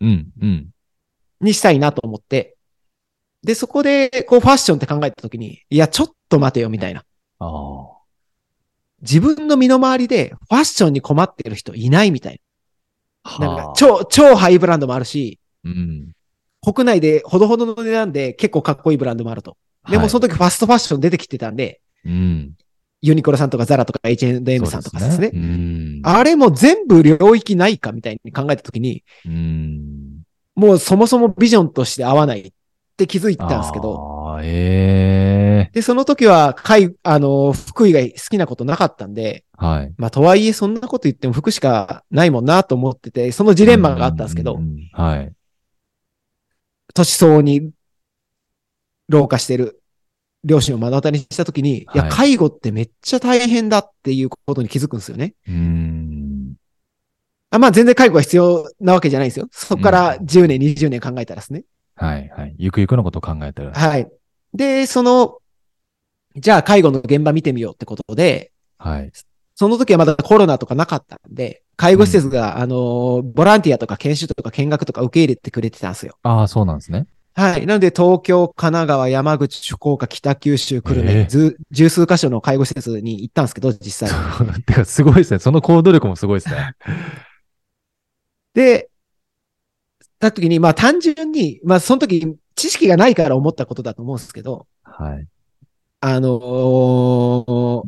[SPEAKER 1] うんうん。
[SPEAKER 2] にしたいなと思って、で、そこで、こう、ファッションって考えたときに、いや、ちょっと待てよ、みたいな。
[SPEAKER 1] ああ。
[SPEAKER 2] 自分の身の回りでファッションに困ってる人いないみたいな。なん
[SPEAKER 1] は
[SPEAKER 2] か
[SPEAKER 1] あ、
[SPEAKER 2] 超、超ハイブランドもあるし、
[SPEAKER 1] うん。
[SPEAKER 2] 国内でほどほどの値段で結構かっこいいブランドもあると。でも
[SPEAKER 1] はい
[SPEAKER 2] その時ファストファッション出てきてたんで、
[SPEAKER 1] うん。
[SPEAKER 2] ユニクロさんとかザラとか H&M さんとかですね。
[SPEAKER 1] そううん。
[SPEAKER 2] あれも全部領域ないかみたいに考えた時に、
[SPEAKER 1] うん。
[SPEAKER 2] もうそもそもビジョンとして合わないって気づいたんですけど、
[SPEAKER 1] ど。ああ、ええ
[SPEAKER 2] で、その時は、海、あの、服以外好きなことなかったんで、
[SPEAKER 1] はい。
[SPEAKER 2] まあ、とはいえ、そんなこと言っても服しかないもんなと思ってて、そのジレンマがあったんですけど、
[SPEAKER 1] ううんはい。
[SPEAKER 2] 年相応に老化してる両親を目の当たりにしたときに、い、
[SPEAKER 1] は
[SPEAKER 2] や、
[SPEAKER 1] い
[SPEAKER 2] 介護ってめっちゃ大変だっていうことに気づくんですよね。
[SPEAKER 1] うん。
[SPEAKER 2] あまあ、全然介護が必要なわけじゃないんですよ。そこから
[SPEAKER 1] うん
[SPEAKER 2] 10年、20年考えたらですね。
[SPEAKER 1] はい、はい。ゆくゆくのことを考えたら。
[SPEAKER 2] はい。で、その、じゃあ介護の現場見てみようってことで、
[SPEAKER 1] はい。
[SPEAKER 2] その時はまだコロナとかなかったんで、介護施設が、あのー、ボランティアとか研修とか見学とか受け入れてくれてたんですよ。
[SPEAKER 1] ああ、そうなんですね。
[SPEAKER 2] はい。なので、東京、神奈川、山口、福岡、北九州、久留
[SPEAKER 1] ええ
[SPEAKER 2] 米、ず十数箇所の介護施設に行ったんですけど、実際。
[SPEAKER 1] そうてか、すごいですね。その行動力もすごいですね。
[SPEAKER 2] で、た時に、まあ単純に、まあその時、知識がないから思ったことだと思うんですけど、
[SPEAKER 1] はい。
[SPEAKER 2] あのー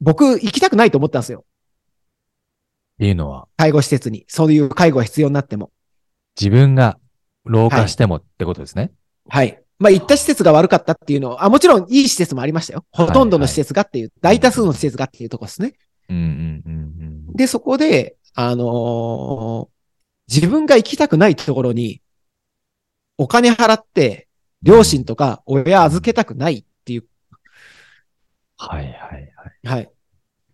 [SPEAKER 2] 僕、行きたくないと思ったんですよ。
[SPEAKER 1] っていうのは、
[SPEAKER 2] 介護施設に。そういう介護が必要になっても。
[SPEAKER 1] 自分が老化してもってことですね。
[SPEAKER 2] はい。まあ、行った施設が悪かったっていうのを、あ、もちろんいい施設もありましたよ。ほとんどの施設がっていう、
[SPEAKER 1] はい
[SPEAKER 2] 大多数の施設がっていうとこですね。
[SPEAKER 1] うんうんうん
[SPEAKER 2] で、そこで、あのー自分が行きたくないところに、お金払って、両親とか親預けたくないっていう。
[SPEAKER 1] うん。はいはいはい。
[SPEAKER 2] はい。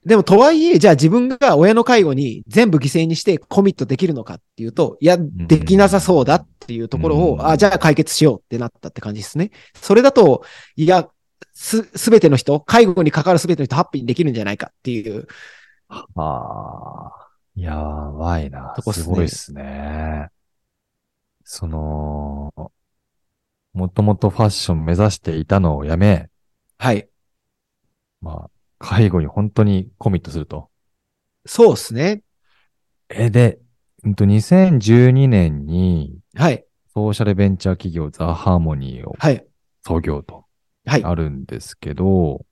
[SPEAKER 2] でも、とはいえ、じゃあ自分が親の介護に全部犠牲にしてコミットできるのかっていうと、いや、できなさそうだっていうところを、
[SPEAKER 1] うん
[SPEAKER 2] あ、じゃあ解決しようってなったって感じですね。それだと、いや、す、すべての人、介護に関わるすべての人ハッピーにできるんじゃないかっていう。
[SPEAKER 1] ああ、やばいな。
[SPEAKER 2] とこっす
[SPEAKER 1] す
[SPEAKER 2] ね
[SPEAKER 1] ごいっすね。その、もともとファッション目指していたのをやめ、
[SPEAKER 2] はい。
[SPEAKER 1] まあ、介護に本当にコミットすると。
[SPEAKER 2] そうですね。
[SPEAKER 1] え、で、うんと、2012年に
[SPEAKER 2] はい。
[SPEAKER 1] ソーシャルベンチャー企業ザ・ハーモニーを
[SPEAKER 2] はい。
[SPEAKER 1] 創業と
[SPEAKER 2] はい。
[SPEAKER 1] あるんですけど、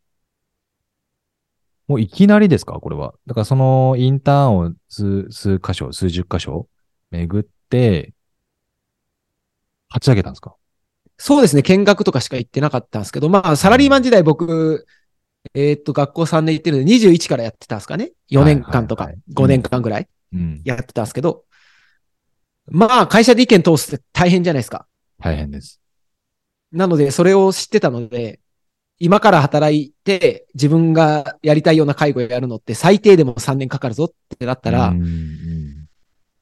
[SPEAKER 1] もういきなりですかこれは。だからそのインターンを数、数箇所、数十箇所巡って、立ち上げたんですか
[SPEAKER 2] そうですね。見学とかしか行ってなかったんですけど、まあ、サラリーマン時代僕、えーっと、学校3年行ってるんで、21からやってたんですかね。4年間と
[SPEAKER 1] は
[SPEAKER 2] か
[SPEAKER 1] いはいはい
[SPEAKER 2] 5年間ぐらい
[SPEAKER 1] うん。
[SPEAKER 2] やってたんですけど、まあ、会社で意見通すって大変じゃないですか。
[SPEAKER 1] 大変です。
[SPEAKER 2] なので、それを知ってたので、今から働いて、自分がやりたいような介護をやるのって最低でも3年かかるぞってなったら、
[SPEAKER 1] うん
[SPEAKER 2] い
[SPEAKER 1] うん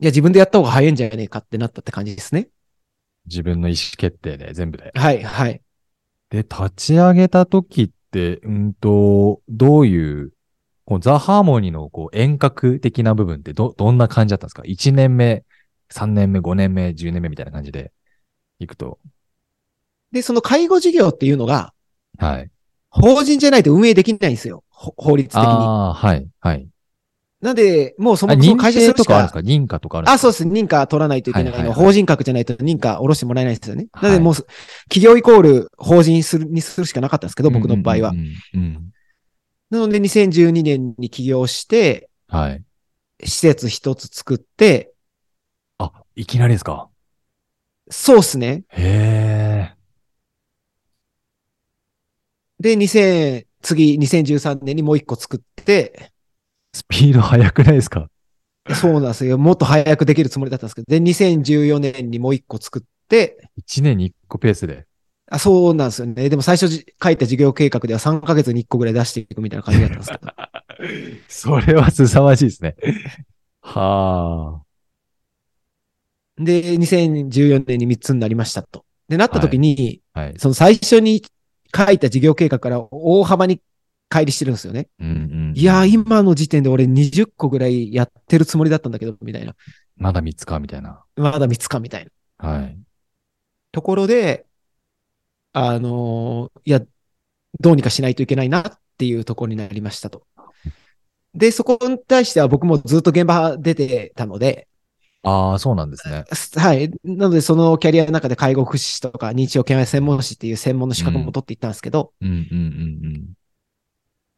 [SPEAKER 2] や、自分でやった方が早いんじゃねえかってなったって感じですね。
[SPEAKER 1] 自分の意思決定で全部で。
[SPEAKER 2] はい、はい。
[SPEAKER 1] で、立ち上げた時って、うんと、どういう、こうザ・ハーモニーのこう遠隔的な部分ってど、どんな感じだったんですか ?1 年目、3年目、5年目、10年目みたいな感じでいくと。
[SPEAKER 2] で、その介護事業っていうのが、
[SPEAKER 1] はい。
[SPEAKER 2] 法人じゃないと運営できないんですよ。ほ法律的に。
[SPEAKER 1] ああ、はい、はい。
[SPEAKER 2] なんで、もうそ
[SPEAKER 1] あ
[SPEAKER 2] もそも
[SPEAKER 1] 認
[SPEAKER 2] 会社す
[SPEAKER 1] 定
[SPEAKER 2] る
[SPEAKER 1] と
[SPEAKER 2] し
[SPEAKER 1] かあるんで
[SPEAKER 2] か
[SPEAKER 1] すか認可とかあるん
[SPEAKER 2] あ、
[SPEAKER 1] ですか
[SPEAKER 2] そうです。認可取らないといけない
[SPEAKER 1] はいはい
[SPEAKER 2] の。
[SPEAKER 1] はい
[SPEAKER 2] 法人格じゃないと認可下ろしてもらえないですよね。なの
[SPEAKER 1] は
[SPEAKER 2] で、
[SPEAKER 1] い
[SPEAKER 2] もうす、企業イコール法人するにするしかなかったんですけど、僕の場合は
[SPEAKER 1] うん。うんうんうん
[SPEAKER 2] なので、2012年に起業して、
[SPEAKER 1] はい。
[SPEAKER 2] 施設一つ作って、
[SPEAKER 1] あ、いきなりですか
[SPEAKER 2] そうですね。
[SPEAKER 1] へえ。
[SPEAKER 2] で、2000、次、2013年にもう一個作って、
[SPEAKER 1] スピード速くないですか
[SPEAKER 2] そうなんですよ。もっと早くできるつもりだったんですけど、で、2014年にもう一個作って、
[SPEAKER 1] ?1 年に1個ペースで。
[SPEAKER 2] あそうなんですよね。でも最初じ書いた事業計画では3ヶ月に1個ぐらい出していくみたいな感じだったんですけど。
[SPEAKER 1] それは凄まじいですね。はあ。
[SPEAKER 2] で、2014年に3つになりましたと。で、なった時に、
[SPEAKER 1] はい。
[SPEAKER 2] その最初に書いた事業計画から大幅に乖離してるんですよね。
[SPEAKER 1] うんうん
[SPEAKER 2] いやー、今の時点で俺20個ぐらいやってるつもりだったんだけど、みたいな。
[SPEAKER 1] まだ3つか、みたいな。
[SPEAKER 2] まだ3つか、みたいな。
[SPEAKER 1] はい。
[SPEAKER 2] ところで、あの、いや、どうにかしないといけないなっていうところになりましたと。で、そこに対しては僕もずっと現場出てたので、
[SPEAKER 1] ああ、そうなんですね。
[SPEAKER 2] すはい。なので、そのキャリアの中で介護福祉士とか認知症検査専門士っていう専門の資格も取っていったんですけど、
[SPEAKER 1] うんうんうん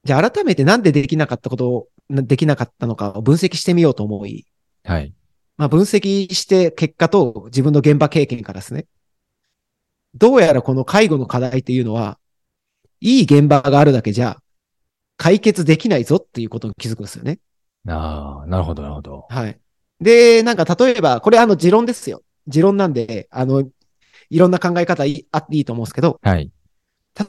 [SPEAKER 2] じゃあ改めてなんでできなかったことを、なできなかったのかを分析してみようと思い、
[SPEAKER 1] うん。はい。
[SPEAKER 2] まあ、分析して結果と自分の現場経験からですね。どうやらこの介護の課題っていうのは、いい現場があるだけじゃ解決できないぞっていうことに気づくんですよね。
[SPEAKER 1] ああ、なるほど、なるほど。
[SPEAKER 2] はい。で、なんか例えば、これあの持論ですよ。持論なんで、あの、いろんな考え方いあっていいと思うんですけど、
[SPEAKER 1] はい。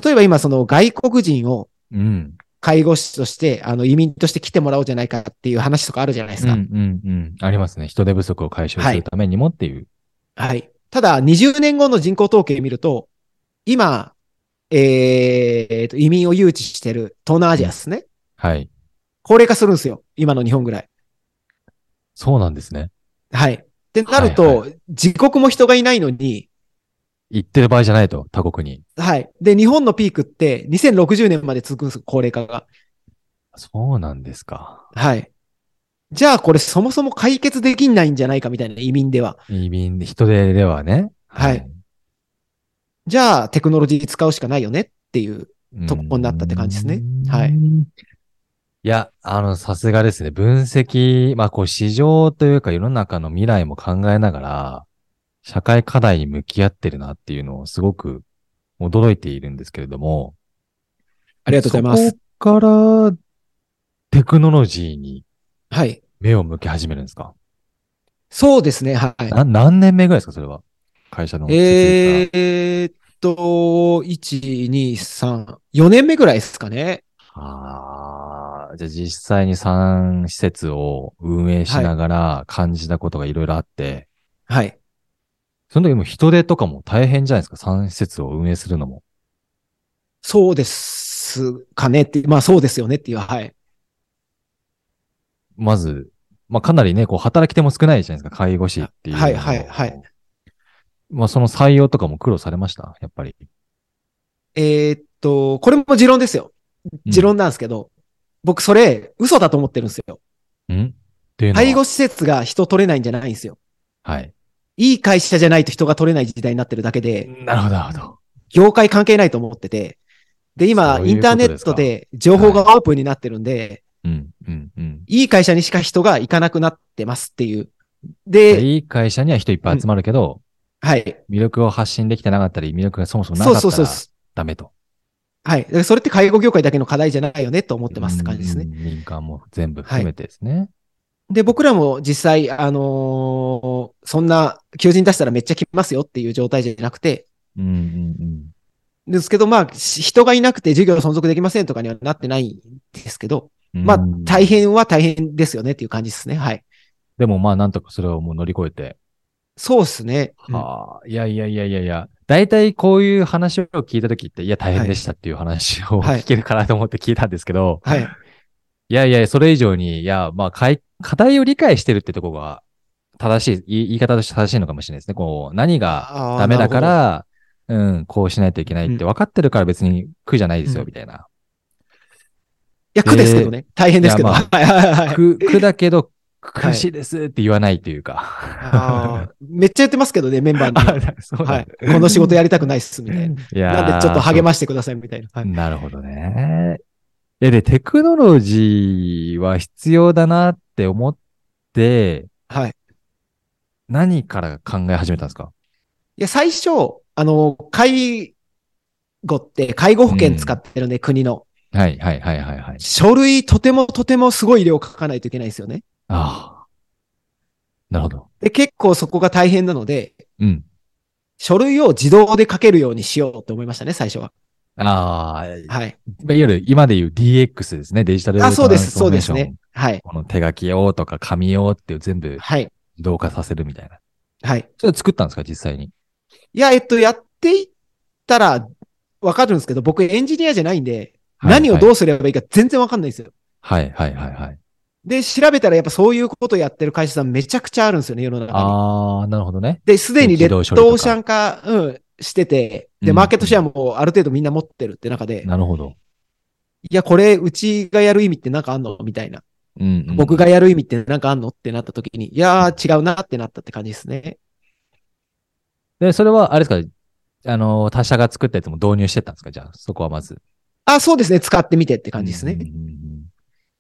[SPEAKER 2] 例えば今その外国人を
[SPEAKER 1] うん。
[SPEAKER 2] 介護士として、あの移民として来てもらおうじゃないかっていう話とかあるじゃないです
[SPEAKER 1] うん
[SPEAKER 2] か。
[SPEAKER 1] うんうん。ありますね。人手不足を解消するためにもっていう。
[SPEAKER 2] はい。ただ、20年後の人口統計見ると、今、えーえーと、移民を誘致してる東南アジアですね。
[SPEAKER 1] はい。
[SPEAKER 2] 高齢化するんですよ。今の日本ぐらい。
[SPEAKER 1] そうなんですね。
[SPEAKER 2] はい。ってなると、
[SPEAKER 1] はい
[SPEAKER 2] 自国も人がいないのに、
[SPEAKER 1] 行ってる場合じゃないと、他国に。
[SPEAKER 2] はい。で、日本のピークって2060年まで続くんです、高齢化が。
[SPEAKER 1] そうなんですか。
[SPEAKER 2] はい。じゃあ、これそもそも解決できないんじゃないかみたいな移民では。
[SPEAKER 1] 移民、人手ではね。
[SPEAKER 2] はいじゃあ、テクノロジー使うしかないよねっていう。とこになったって感じですね
[SPEAKER 1] うん
[SPEAKER 2] はい
[SPEAKER 1] いや、あの、さすがですね。分析、まあ、こう、市場というか世の中の未来も考えながら、社会課題に向き合ってるなっていうのをすごく驚いているんですけれども。
[SPEAKER 2] ありがとうございます。
[SPEAKER 1] そこから、テクノロジーに
[SPEAKER 2] はい。
[SPEAKER 1] 目を向け始めるんですか
[SPEAKER 2] そうですね。はい。
[SPEAKER 1] な何年目ぐらいですかそれは。会社の設立
[SPEAKER 2] えーっと、1、2、3、4年目ぐらいですかね。
[SPEAKER 1] から。ああ、じゃあ実際に3施設を運営しながら感じたことがいろいろあって、
[SPEAKER 2] はい。
[SPEAKER 1] その時も人手とかも大変じゃないですか ?3 施設を運営するのも。
[SPEAKER 2] そうですかねって、まあそうですよねっていう、はい。
[SPEAKER 1] まず、まあ、かなりね、こう、働き手も少ないじゃないですか、介護士っていう。
[SPEAKER 2] はいはいはい。
[SPEAKER 1] まあ、その採用とかも苦労されましたやっぱり。
[SPEAKER 2] えーっと、これも持論ですよ。
[SPEAKER 1] うん
[SPEAKER 2] 持論なんですけど、僕それ嘘だと思ってるんですよ。
[SPEAKER 1] んっていうのは。
[SPEAKER 2] 介護施設が人取れないんじゃないんですよ。
[SPEAKER 1] はい。
[SPEAKER 2] いい会社じゃないと人が取れない時代になってるだけで、
[SPEAKER 1] なるほど、なるほど。
[SPEAKER 2] 業界関係ないと思ってて、で、今、
[SPEAKER 1] そうい
[SPEAKER 2] イ
[SPEAKER 1] う
[SPEAKER 2] ン
[SPEAKER 1] こ
[SPEAKER 2] ター
[SPEAKER 1] と
[SPEAKER 2] ネ
[SPEAKER 1] で
[SPEAKER 2] ッ
[SPEAKER 1] すか
[SPEAKER 2] トで情報がオープンになってるんで、
[SPEAKER 1] うん、うん、うん。
[SPEAKER 2] いい会社にしか人が行かなくなってますっていう。で、
[SPEAKER 1] いい会社には人いっぱい集まるけど、
[SPEAKER 2] はい。
[SPEAKER 1] 魅力を発信できてなかったり、魅力がそもそもなか
[SPEAKER 2] そう
[SPEAKER 1] っ
[SPEAKER 2] そ
[SPEAKER 1] た
[SPEAKER 2] うそう
[SPEAKER 1] ら。ダメと。
[SPEAKER 2] はい。だからそれって介護業界だけの課題じゃないよねと思ってますって感じです
[SPEAKER 1] う
[SPEAKER 2] ね。
[SPEAKER 1] ん。民間も全部含めてですね。
[SPEAKER 2] で、僕らも実際、あのーそんな求人出したらめっちゃ来ますよっていう状態じゃなくて、
[SPEAKER 1] うん、うん、
[SPEAKER 2] ですけど、まあ、し人がいなくて事業存続できませんとかにはなってないんですけど、
[SPEAKER 1] うん。
[SPEAKER 2] まあ
[SPEAKER 1] うん、
[SPEAKER 2] 大変は大変ですよねっていう感じですね。はい。
[SPEAKER 1] でもまあ、なんとかそれをもう乗り越えて、
[SPEAKER 2] そうですね。うん
[SPEAKER 1] はあ、いやいやいやいやいや、大体こういう話を聞いたときって、いや大変でしたっていう話を、
[SPEAKER 2] はい
[SPEAKER 1] 聞けるかなと思って聞いたんですけど、
[SPEAKER 2] はい。
[SPEAKER 1] いやいや、それ以上に、いや、まあ、かい課題を理解してるってとこが、正しい、言い言い方として正しいのかもしれないですね。こう、何が
[SPEAKER 2] あー
[SPEAKER 1] ダメだか。
[SPEAKER 2] な
[SPEAKER 1] ら、
[SPEAKER 2] る
[SPEAKER 1] うん、こうしないといけないって分かってるから別に苦じゃないですよ、
[SPEAKER 2] うん
[SPEAKER 1] みたいな。
[SPEAKER 2] ほどいや、苦ですけどね。大変ですけど。
[SPEAKER 1] いや
[SPEAKER 2] はいはいはいはい。
[SPEAKER 1] 苦、苦だけど、
[SPEAKER 2] はい
[SPEAKER 1] 苦しいですって言わないというか。
[SPEAKER 2] あーめっちゃ言ってますけどね、メンバーに。
[SPEAKER 1] あそう
[SPEAKER 2] は
[SPEAKER 1] なん
[SPEAKER 2] い
[SPEAKER 1] だ。
[SPEAKER 2] この仕事やりたくないっす、みたいな。
[SPEAKER 1] いやー
[SPEAKER 2] なんでちょっと励ましてください、みたいな。はい
[SPEAKER 1] なるほどね。え、で、テクノロジーは必要だなって思って、
[SPEAKER 2] はい。い
[SPEAKER 1] 何から考え始めたんですか
[SPEAKER 2] や、最初、あの、介護って、介護保険使ってるね、国の。
[SPEAKER 1] はい、はい、はい、はい、はい。
[SPEAKER 2] 書類、とてもとてもすごい量書かないといけないんですよね。
[SPEAKER 1] ああ。なるほど。
[SPEAKER 2] で、結構そこが大変なので、
[SPEAKER 1] うん。
[SPEAKER 2] 書類を自動で書けるようにしようって思いましたね、最初は。
[SPEAKER 1] ああ、
[SPEAKER 2] はい。
[SPEAKER 1] いわゆる今で言う DX ですね。デジタル
[SPEAKER 2] あ、そうです、
[SPEAKER 1] ト
[SPEAKER 2] そ
[SPEAKER 1] ラ
[SPEAKER 2] う
[SPEAKER 1] ン
[SPEAKER 2] で
[SPEAKER 1] ス
[SPEAKER 2] す
[SPEAKER 1] フォーメーション
[SPEAKER 2] ね。。はい。
[SPEAKER 1] この手書き用とか紙用っていう全部
[SPEAKER 2] はい。
[SPEAKER 1] 自動化させるみたいな。
[SPEAKER 2] はい。
[SPEAKER 1] それ作ったんですか実際に。
[SPEAKER 2] いや、えっと、やっていったら、わかるんですけど、僕エンジニアじゃないんで、
[SPEAKER 1] はい
[SPEAKER 2] 何をどうすればいいか全然わかんないんですよ。
[SPEAKER 1] はい、はい、はい、はい。
[SPEAKER 2] で、調べたらやっぱそういうことやってる会社さんめちゃくちゃあるんですよね、世の中に。
[SPEAKER 1] ああ、なるほどね。
[SPEAKER 2] で、すでにレッドオ
[SPEAKER 1] 自動処理とか
[SPEAKER 2] ーシャン化、うん、してて、
[SPEAKER 1] う
[SPEAKER 2] で、
[SPEAKER 1] ん
[SPEAKER 2] マーケットシェアもある程度みんな持ってるって中で、
[SPEAKER 1] なるほど。
[SPEAKER 2] いや、これ、うちがやる意味ってなんかあんのみたいな。
[SPEAKER 1] うん、うん
[SPEAKER 2] 僕がやる意味ってなんかあんのってなった時に、いやー、違うなってなったって感じですね。
[SPEAKER 1] で、それは、あれですか、あの、他社が作ったやつも導入してったんですかじゃあ、そこはまず。
[SPEAKER 2] あ、そうですね。使ってみてって感じです
[SPEAKER 1] うんうん
[SPEAKER 2] ね。
[SPEAKER 1] うんうん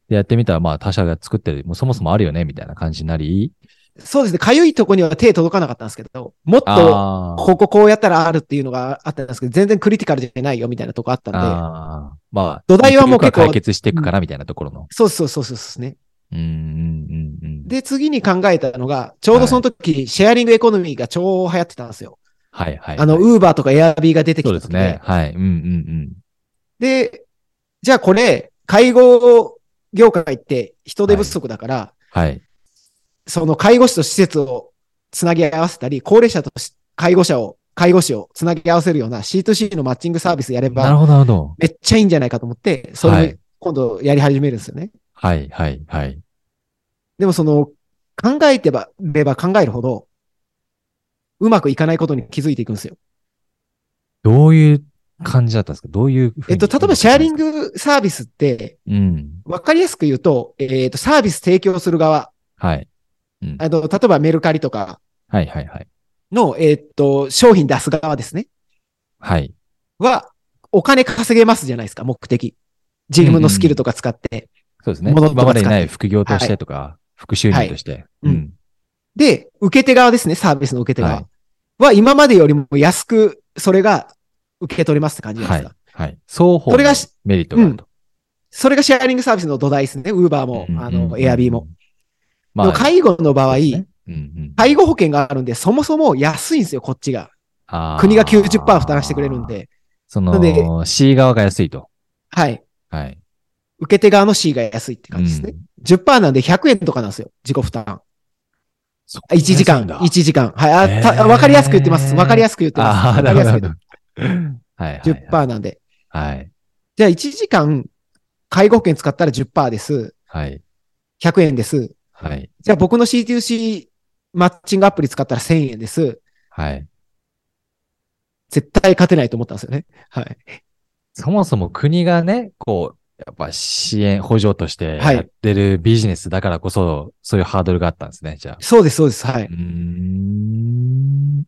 [SPEAKER 1] でやってみたら、まあ、他社が作ってる、もうそもそもあるよね、みたいな感じになり。
[SPEAKER 2] そうですね。かゆいとこには手届かなかったんですけど、もっと、
[SPEAKER 1] あー
[SPEAKER 2] こここうやったらあるっていうのがあったんですけど、全然クリティカルじゃないよみたいなとこあったんで、
[SPEAKER 1] あー。まあ、
[SPEAKER 2] 土台はもう結構
[SPEAKER 1] 解決していくから、みたいなところの。
[SPEAKER 2] そうそうそうそうですね。
[SPEAKER 1] うん、うん、うん、うん。
[SPEAKER 2] で、次に考えたのが、ちょうどその時、シェアリングエコノミーが超流行ってたんですよ。
[SPEAKER 1] はい、はい。
[SPEAKER 2] あの、ウーバーとかエアビーが出てき
[SPEAKER 1] そう
[SPEAKER 2] た
[SPEAKER 1] です
[SPEAKER 2] 時
[SPEAKER 1] ね。はい。うん、うん、
[SPEAKER 2] でで、じゃあこれ、介護業界って人手不足だから、
[SPEAKER 1] うん。はい。
[SPEAKER 2] その介護士と施設をつなぎ合わせたり、高齢者とし介護者を、介護士をつなぎ合わせるような C2C のマッチングサービスやれ
[SPEAKER 1] なる
[SPEAKER 2] ば、
[SPEAKER 1] ほど、なるほど。
[SPEAKER 2] めっちゃいいんじゃないかと思って、それ
[SPEAKER 1] は
[SPEAKER 2] を
[SPEAKER 1] い
[SPEAKER 2] 今度やり始めるんですよね。
[SPEAKER 1] はい、はい、はい。
[SPEAKER 2] でもその、考えてば、れば考えるほど、うまくいかないことに気づいていくんですよ。
[SPEAKER 1] どういう感じだったんですかどういう
[SPEAKER 2] えっと、例えばシェアリン
[SPEAKER 1] グ。
[SPEAKER 2] グサービスって、
[SPEAKER 1] うん。
[SPEAKER 2] わかりやすく言うと、えっと、サービス提供する側、
[SPEAKER 1] はい。
[SPEAKER 2] あの、例えばメルカリとか
[SPEAKER 1] はい、はい、はい。
[SPEAKER 2] の、えっと、商品出す側ですね。
[SPEAKER 1] はい。
[SPEAKER 2] は、お金稼げますじゃないですか、目的。自分のスキルとか使って。
[SPEAKER 1] そうですね。
[SPEAKER 2] 物とか
[SPEAKER 1] 今までにな
[SPEAKER 2] 使
[SPEAKER 1] い副業とし
[SPEAKER 2] は
[SPEAKER 1] てとか、副収入として。
[SPEAKER 2] うんで、受け手側ですね、サービスの受け手側。
[SPEAKER 1] は
[SPEAKER 2] はい今までよりも安く、それが受け取れますって感じじゃな
[SPEAKER 1] はい
[SPEAKER 2] です
[SPEAKER 1] い
[SPEAKER 2] か。。
[SPEAKER 1] はい。双方
[SPEAKER 2] それ
[SPEAKER 1] の
[SPEAKER 2] がし
[SPEAKER 1] メリットがあると。
[SPEAKER 2] それがシェアリングサービスの土台ですね。ウーバーも、あの、エアビーも。。
[SPEAKER 1] ま
[SPEAKER 2] でも介護の場合、
[SPEAKER 1] そうですねうんうん
[SPEAKER 2] 介護保険があるんで、そもそも安いんですよ、こっちが。
[SPEAKER 1] あー
[SPEAKER 2] 国が90%負担してくれるん。で。
[SPEAKER 1] そ
[SPEAKER 2] なの
[SPEAKER 1] の、
[SPEAKER 2] で
[SPEAKER 1] C 側が安いと。
[SPEAKER 2] はい。
[SPEAKER 1] はい。
[SPEAKER 2] 受け手側の C が安いって感じですね。10%なんで100円とかなんですよ、自己負担。1
[SPEAKER 1] 1
[SPEAKER 2] 時間、1時間。はい。あ
[SPEAKER 1] へー
[SPEAKER 2] たわかりやすく言ってます。わかりやすく言ってます。
[SPEAKER 1] ああ、
[SPEAKER 2] わか
[SPEAKER 1] な
[SPEAKER 2] り
[SPEAKER 1] る
[SPEAKER 2] や
[SPEAKER 1] ほ
[SPEAKER 2] す
[SPEAKER 1] どな
[SPEAKER 2] く言って
[SPEAKER 1] るほど。 はいはい。
[SPEAKER 2] ます。10%。なんで。
[SPEAKER 1] はい。
[SPEAKER 2] じゃあ1時間、介護保険使ったら10%です。
[SPEAKER 1] はい。
[SPEAKER 2] 100円です。
[SPEAKER 1] はい。
[SPEAKER 2] じゃあ僕の C2C マッチングアプリ使ったら1000円です。
[SPEAKER 1] はい。
[SPEAKER 2] 絶対勝てないと思ったんですよね。はい。
[SPEAKER 1] そもそも国がね、こう、やっぱ支援、補助として
[SPEAKER 2] はい
[SPEAKER 1] やってるビジネスだからこそ、そういうハードルがあったんですね、じゃあ。
[SPEAKER 2] そうです、そうです。はいう
[SPEAKER 1] ー。ん。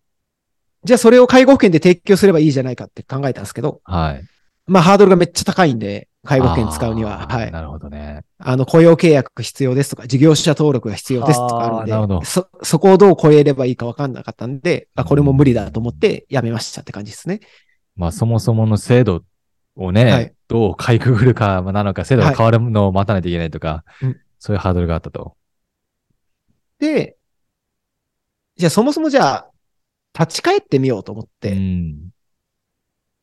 [SPEAKER 2] じゃあそれを介護保険で提供すればいいじゃないかって考えたんですけど、
[SPEAKER 1] はい。
[SPEAKER 2] まあハードルがめっちゃ高いんで、介護保険使うには、
[SPEAKER 1] あー
[SPEAKER 2] はい。
[SPEAKER 1] なるほどね。
[SPEAKER 2] あの、雇用契約必要ですとか、事業者登録が必要ですとかあるんで、
[SPEAKER 1] あーなるほど
[SPEAKER 2] そ、そこをどう超えればいいかわかんなかったんで、あ、これも無理だと思ってやめましたって感じですね。
[SPEAKER 1] まあ、そもそもの制度をね、
[SPEAKER 2] はい
[SPEAKER 1] どうかいくぐるかなのか、制度が変わるのを待たないといけないとか、
[SPEAKER 2] うん
[SPEAKER 1] そういうハードルがあったと。
[SPEAKER 2] で、じゃあそもそもじゃあ、立ち返ってみようと思って、
[SPEAKER 1] うん。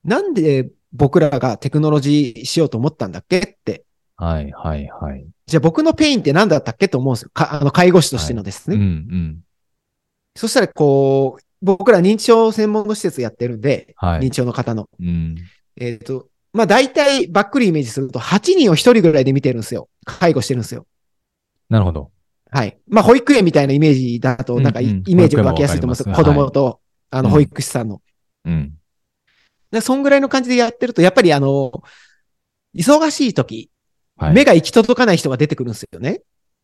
[SPEAKER 2] なんで僕らがテクノロジーしようと思ったんだっけって、
[SPEAKER 1] はい、はい、はい。
[SPEAKER 2] じゃあ僕のペインって何だったっけと思うんですよ。かあの、介護士としてのですね。
[SPEAKER 1] うん、うん。
[SPEAKER 2] そしたら、こう、僕ら認知症専門の施設やってるんで、
[SPEAKER 1] は
[SPEAKER 2] 認
[SPEAKER 1] い。
[SPEAKER 2] 知症の方の。
[SPEAKER 1] うん。
[SPEAKER 2] えっ、と、まあ、大体、ばっくりイメージすると、8人を1人ぐらいで見てるんですよ。介護してるんですよ。
[SPEAKER 1] なるほど。
[SPEAKER 2] はい。まあ、保育園みたいなイメージだと、なんかい、
[SPEAKER 1] うんうん
[SPEAKER 2] イメージが湧きやすいと思うんですよ。
[SPEAKER 1] 保
[SPEAKER 2] 子
[SPEAKER 1] 育園も
[SPEAKER 2] 供と、あの、
[SPEAKER 1] うん
[SPEAKER 2] 保育士さんの。
[SPEAKER 1] うん。
[SPEAKER 2] で、そんぐらいの感じでやってると、やっぱり、あの、忙しい時、
[SPEAKER 1] はい。
[SPEAKER 2] 目が行き届かない人が出てくるんですよね。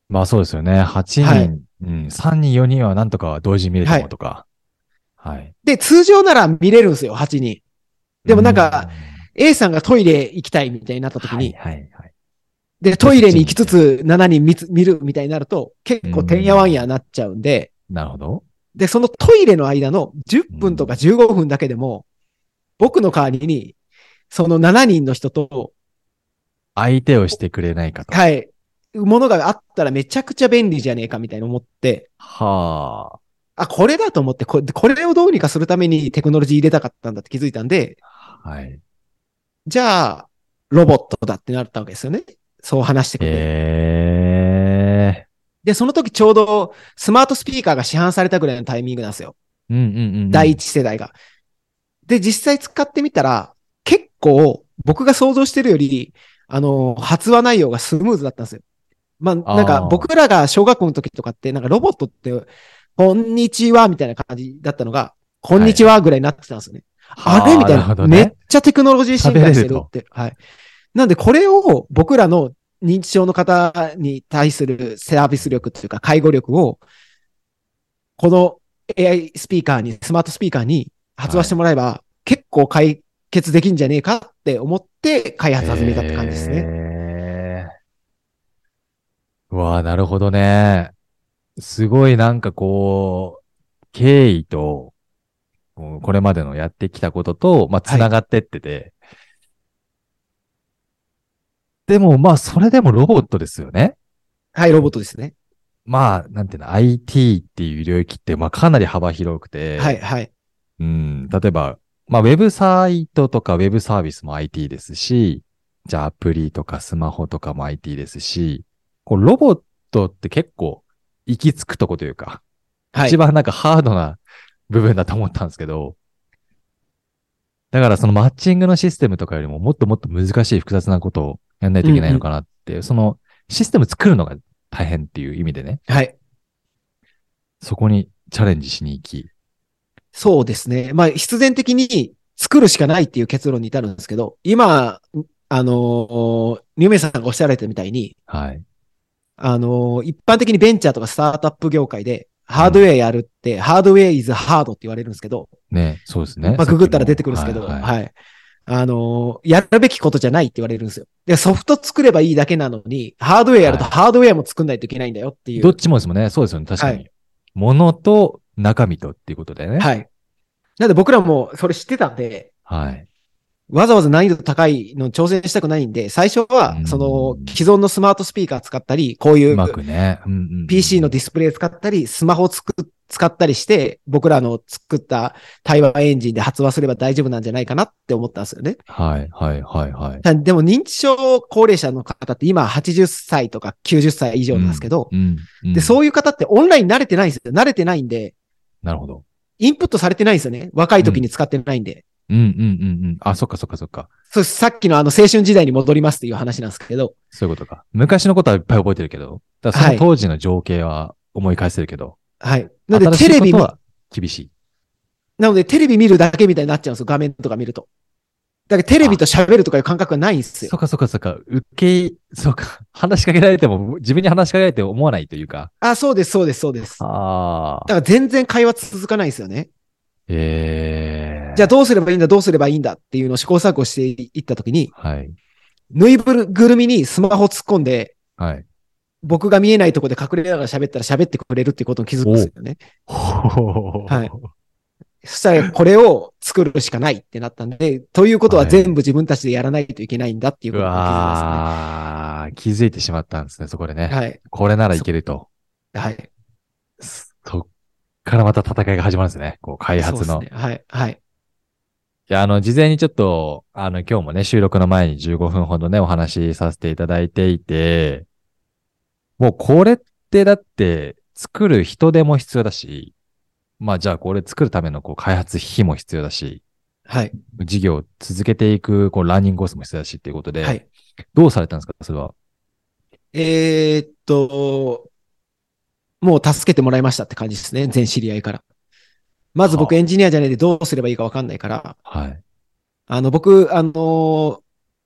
[SPEAKER 1] まあそうですよね。8人、
[SPEAKER 2] はい
[SPEAKER 1] うん、3人、4人はなんとか同時に見れたもとか。はい。
[SPEAKER 2] で、通常なら見れるんですよ、8人。でもなんか、A さんがトイレ行きたいみたいになった時
[SPEAKER 1] うん、
[SPEAKER 2] に、
[SPEAKER 1] はい、はい、はい。
[SPEAKER 2] で、トイレに行きつつ7人見つ見るみたいになると、結構てんやわんやになっちゃうんで、
[SPEAKER 1] なるほど。
[SPEAKER 2] で、そのトイレの間の10分とか15分だけでも、僕の代わりに、その7人の人と、
[SPEAKER 1] 相手をしてくれないかと。
[SPEAKER 2] はい、ものがあったらめちゃくちゃ便利じゃねえかみたいに思って、
[SPEAKER 1] は
[SPEAKER 2] あ、これだと思ってこ、これをどうにかするためにテクノロジー入れたかったんだって気づいたんで、
[SPEAKER 1] あ。はい。
[SPEAKER 2] じゃあ、ロボットだってなったわけですよね。そう話してくれて。
[SPEAKER 1] ええ
[SPEAKER 2] で、その時ちょうどスマートスピーカーが市販されたぐらいのタイミングなんですよ。
[SPEAKER 1] ー。うんうんうん。
[SPEAKER 2] 第。一世代が。で、実際使ってみたら、結構僕が想像してるより、あの、発話内容がスムーズだったんですよ。まあ、なんか
[SPEAKER 1] あー
[SPEAKER 2] 僕らが小学校の時とかって、なんかロボットって、こんにちはみたいな感じだったのが、こんにちはぐらいになってきたんですよね。あれみたい
[SPEAKER 1] なる
[SPEAKER 2] な
[SPEAKER 1] ほど
[SPEAKER 2] め
[SPEAKER 1] ね
[SPEAKER 2] っちゃテクノロジー進化してるって。はい。なんでこれを僕らの認知症の方に対するサービス力というか介護力を、この AI スピーカーに、スマートスピーカーに発話してもらえば、結構解決できんじゃねえかって思って開発始めたって感じですね。
[SPEAKER 1] ね。うわあ、なるほどね。すごいなんかこう、経緯と、こうこれまでのやってきたことと、まあ、
[SPEAKER 2] はい
[SPEAKER 1] つながってってて。でも、まあ、それでもロボットですよね。
[SPEAKER 2] はい、ロボットですね。
[SPEAKER 1] まあ、なんていうの、IT っていう領域って、まあ、かなり幅広くて。
[SPEAKER 2] はい、はい。
[SPEAKER 1] うん、例えば、まあ、ウェブサイトとかウェブサービスも IT ですし、じゃあアプリとかスマホとかも IT ですし、こうロボットって結構行き着くとこというか、
[SPEAKER 2] はい
[SPEAKER 1] 一。番なんかハードな部分だと思ったんですけど、だからそのマッチングのシステムとかよりももっともっと難しい複雑なことをやんないといけないのかなって、そのシステム作るのが大変っていう意味でね、
[SPEAKER 2] はい。
[SPEAKER 1] そこにチャレンジしに行き、
[SPEAKER 2] そうですね。まあ、必然的に作るしかないっていう結論に至るんですけど、今、あのー、ニュメイさんがおっしゃられたみたいに、
[SPEAKER 1] はい。
[SPEAKER 2] あのー、一般的にベンチャーとかスタートアップ業界で、ハードウェアやるって、ハードウェアイズハードって言われるんですけど、
[SPEAKER 1] ね、そうですね。
[SPEAKER 2] まあ、ググったら出てくるんですけど、
[SPEAKER 1] さっ
[SPEAKER 2] は
[SPEAKER 1] きも
[SPEAKER 2] いあのー、やるべきことじゃないって言われるんですよ。で、ソフト作ればいいだけなのに、ハードウェアやると
[SPEAKER 1] はい
[SPEAKER 2] ハードウェアも作んないといけないんだよっていう。
[SPEAKER 1] どっちもですもんね。そうですよね。確かに。
[SPEAKER 2] はい
[SPEAKER 1] 物と中身とっていうことだよね。い。
[SPEAKER 2] はい。なんで僕らもそれ知ってたんで、
[SPEAKER 1] はい。
[SPEAKER 2] わざわざ難易度高いのに挑戦したくないんで、最初は
[SPEAKER 1] うん、
[SPEAKER 2] その、既存のスマートスピーカー使ったり、こういうう
[SPEAKER 1] まくね。うんうんうん、
[SPEAKER 2] PC のディスプレイ使ったり、スマホをつく使ったりして、僕らの作った対話エンジンで発話すれば大丈夫なんじゃないかなって思ったんですよね。
[SPEAKER 1] はいはいはいはい。
[SPEAKER 2] た でも認知症高齢者の方って今80歳とか90歳以上なんですけど、
[SPEAKER 1] うん、うん
[SPEAKER 2] で、そういう方ってオンライン慣れてないんですよ。慣れてないんで、
[SPEAKER 1] なるほど。
[SPEAKER 2] インプットされてないんですよね。若い時に使ってないんで。
[SPEAKER 1] うんうんうんうん。あ、そっかそっかそっか。
[SPEAKER 2] そうさっきのあの青春時代に戻りますっていう話なんですけど、
[SPEAKER 1] そういうことか。昔のことはいっぱい覚えてるけど、だからそ
[SPEAKER 2] はい
[SPEAKER 1] の当時の情景は思い返せるけど、
[SPEAKER 2] はい。なので
[SPEAKER 1] 新し
[SPEAKER 2] テ
[SPEAKER 1] い
[SPEAKER 2] レ
[SPEAKER 1] こ
[SPEAKER 2] ビ
[SPEAKER 1] と
[SPEAKER 2] も
[SPEAKER 1] は厳しい。
[SPEAKER 2] なので、テレビ見るだけみたいになっちゃうんですよ、画面とか見ると。だからテレビと喋るとかいう感覚がないんですよ
[SPEAKER 1] そ。っかそっかそっか。受け、そうか。話しかけられても、自分に話しかけられても思わないというか。
[SPEAKER 2] あ、そうです、そうです、そうです。だか
[SPEAKER 1] ああ。
[SPEAKER 2] ら全然会話続かないんですよね。
[SPEAKER 1] ええー。
[SPEAKER 2] じゃあどうすればいいんだ、どうすればいいんだっていうのを試行錯誤していったときに、
[SPEAKER 1] はい。
[SPEAKER 2] ぬいぐるみにスマホ突っ込んで、
[SPEAKER 1] はい。
[SPEAKER 2] 僕が見えないとこで隠れながら喋ったら喋ってくれるっていうことに気づくんですよね。。
[SPEAKER 1] はい
[SPEAKER 2] そしたらこれを作るしかないってなったんで、ということは全部自分たちでやらないといけないんだっていう
[SPEAKER 1] う
[SPEAKER 2] ことに気づ
[SPEAKER 1] わー、気づいてしまったんですね、そこでね。
[SPEAKER 2] いたんですね。
[SPEAKER 1] これならいけると。
[SPEAKER 2] はい。はい。
[SPEAKER 1] そっからまた戦いが始まるんですね。こう、開発
[SPEAKER 2] そ
[SPEAKER 1] の。
[SPEAKER 2] うですね。はい。はい。
[SPEAKER 1] いや、あの、事前にちょっと、あの、今日もね、収録の前に15分ほどね、お話しさせていただいていて、もうこれってだって、作る人手も必要だし、まあじゃあこれ作るためのこう開発費も必要だし、
[SPEAKER 2] はい。
[SPEAKER 1] 事業を続けていくこうランニングコースも必要だしっていうことで、
[SPEAKER 2] はい。
[SPEAKER 1] どうされたんですかそれは。
[SPEAKER 2] えーっと、もう助けてもらいましたって感じですね。全知り合いから。まず僕
[SPEAKER 1] はあ
[SPEAKER 2] エンジニアじゃないでどうすればいいかわかんないから、
[SPEAKER 1] はい。
[SPEAKER 2] あの僕、あのー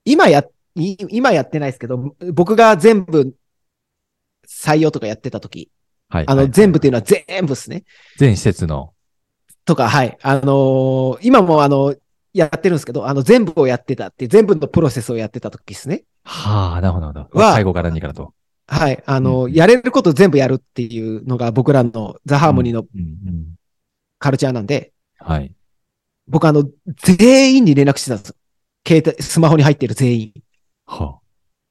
[SPEAKER 2] 今や、い今やってないですけど、僕が全部採用とかやってた時、
[SPEAKER 1] はい。
[SPEAKER 2] あ
[SPEAKER 1] は
[SPEAKER 2] の
[SPEAKER 1] い
[SPEAKER 2] 全部っていうのは全部ですね。
[SPEAKER 1] 全施設の。
[SPEAKER 2] とか、はい。あのー今もあの、やってるんですけど、あの全部をやってたって、全部のプロセスをやってた時ですね。
[SPEAKER 1] はあ、なるほど、なるほど。
[SPEAKER 2] は
[SPEAKER 1] 介護から2からと。
[SPEAKER 2] はい。あ
[SPEAKER 1] う
[SPEAKER 2] の、
[SPEAKER 1] ん
[SPEAKER 2] やれること全部やるっていうのが僕らのザ・ハーモニーの
[SPEAKER 1] うんうん
[SPEAKER 2] カルチャーなんで、
[SPEAKER 1] はい。
[SPEAKER 2] 僕あの、全員に連絡してたんですよ。携帯、スマホに入ってる全員。
[SPEAKER 1] はあ。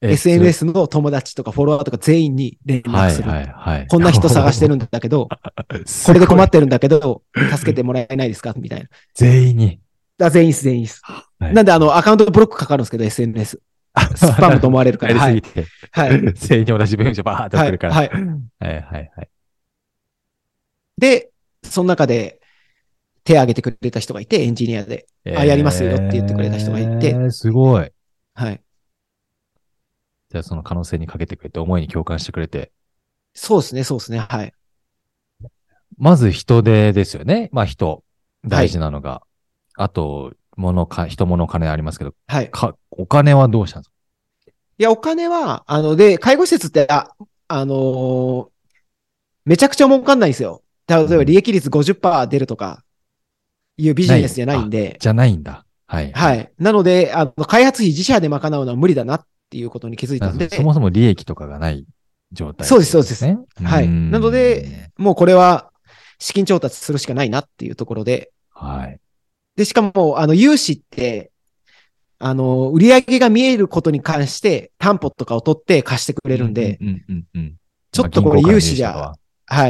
[SPEAKER 1] え
[SPEAKER 2] SNS の友達とかフォロワーとか全員に連
[SPEAKER 1] それは
[SPEAKER 2] 絡
[SPEAKER 1] い、
[SPEAKER 2] する。
[SPEAKER 1] はい、はい。
[SPEAKER 2] こんな人探して
[SPEAKER 1] る。
[SPEAKER 2] るんだけど、これで困
[SPEAKER 1] っ
[SPEAKER 2] ってるんだけど、助けてもらえないですかみたいな。
[SPEAKER 1] 全員に。
[SPEAKER 2] あ全員です、全員です。
[SPEAKER 1] はい
[SPEAKER 2] なんで、あの、アカウントブロックかかるんですけど、SNS。ス パムと思われるか
[SPEAKER 1] や
[SPEAKER 2] ら。
[SPEAKER 1] り
[SPEAKER 2] は
[SPEAKER 1] す
[SPEAKER 2] い
[SPEAKER 1] ぎ。て。
[SPEAKER 2] はい。
[SPEAKER 1] 全員に同じ文章バーって送
[SPEAKER 2] は
[SPEAKER 1] る
[SPEAKER 2] い。
[SPEAKER 1] から。、
[SPEAKER 2] はいい。
[SPEAKER 1] はい、はい。はい
[SPEAKER 2] で、その中で、手を挙げてくれた人がいて、エンジニアで。あやりますよって言ってくれた人がいて
[SPEAKER 1] えーすごい。
[SPEAKER 2] はい。
[SPEAKER 1] じゃあその可能性にかけてくれて、思いに共感してくれて、
[SPEAKER 2] そうですね、そうですね。はい。
[SPEAKER 1] まず人手ですよね。まあ人、大事なのが。あと、物か、人物金ありますけど、
[SPEAKER 2] はい。
[SPEAKER 1] か、お金はどうしたんですか
[SPEAKER 2] いや、お金は、あの、で、介護施設って、あ、あのーめちゃくちゃ儲かんないんですよ。例えば利益率50%出るとか、いうビジネスじゃないんで。
[SPEAKER 1] じゃないんだ。はい。。
[SPEAKER 2] はいい。なので、あの、開発費自社で賄うのは無理だなっていうことに気づいたんで、
[SPEAKER 1] そもそも利益とかがない状態、
[SPEAKER 2] そうですそうです
[SPEAKER 1] ね。
[SPEAKER 2] はい。
[SPEAKER 1] うん
[SPEAKER 2] なので、、もうこれは資金調達するしかないなっていうところで、
[SPEAKER 1] はい。
[SPEAKER 2] で、しかも、あの、融資って、あの、売上が見えることに関して担保とかを取って貸してくれるんで、
[SPEAKER 1] うんうんうんうん、
[SPEAKER 2] ちょっとこれ
[SPEAKER 1] まあ
[SPEAKER 2] 融資じゃ、、は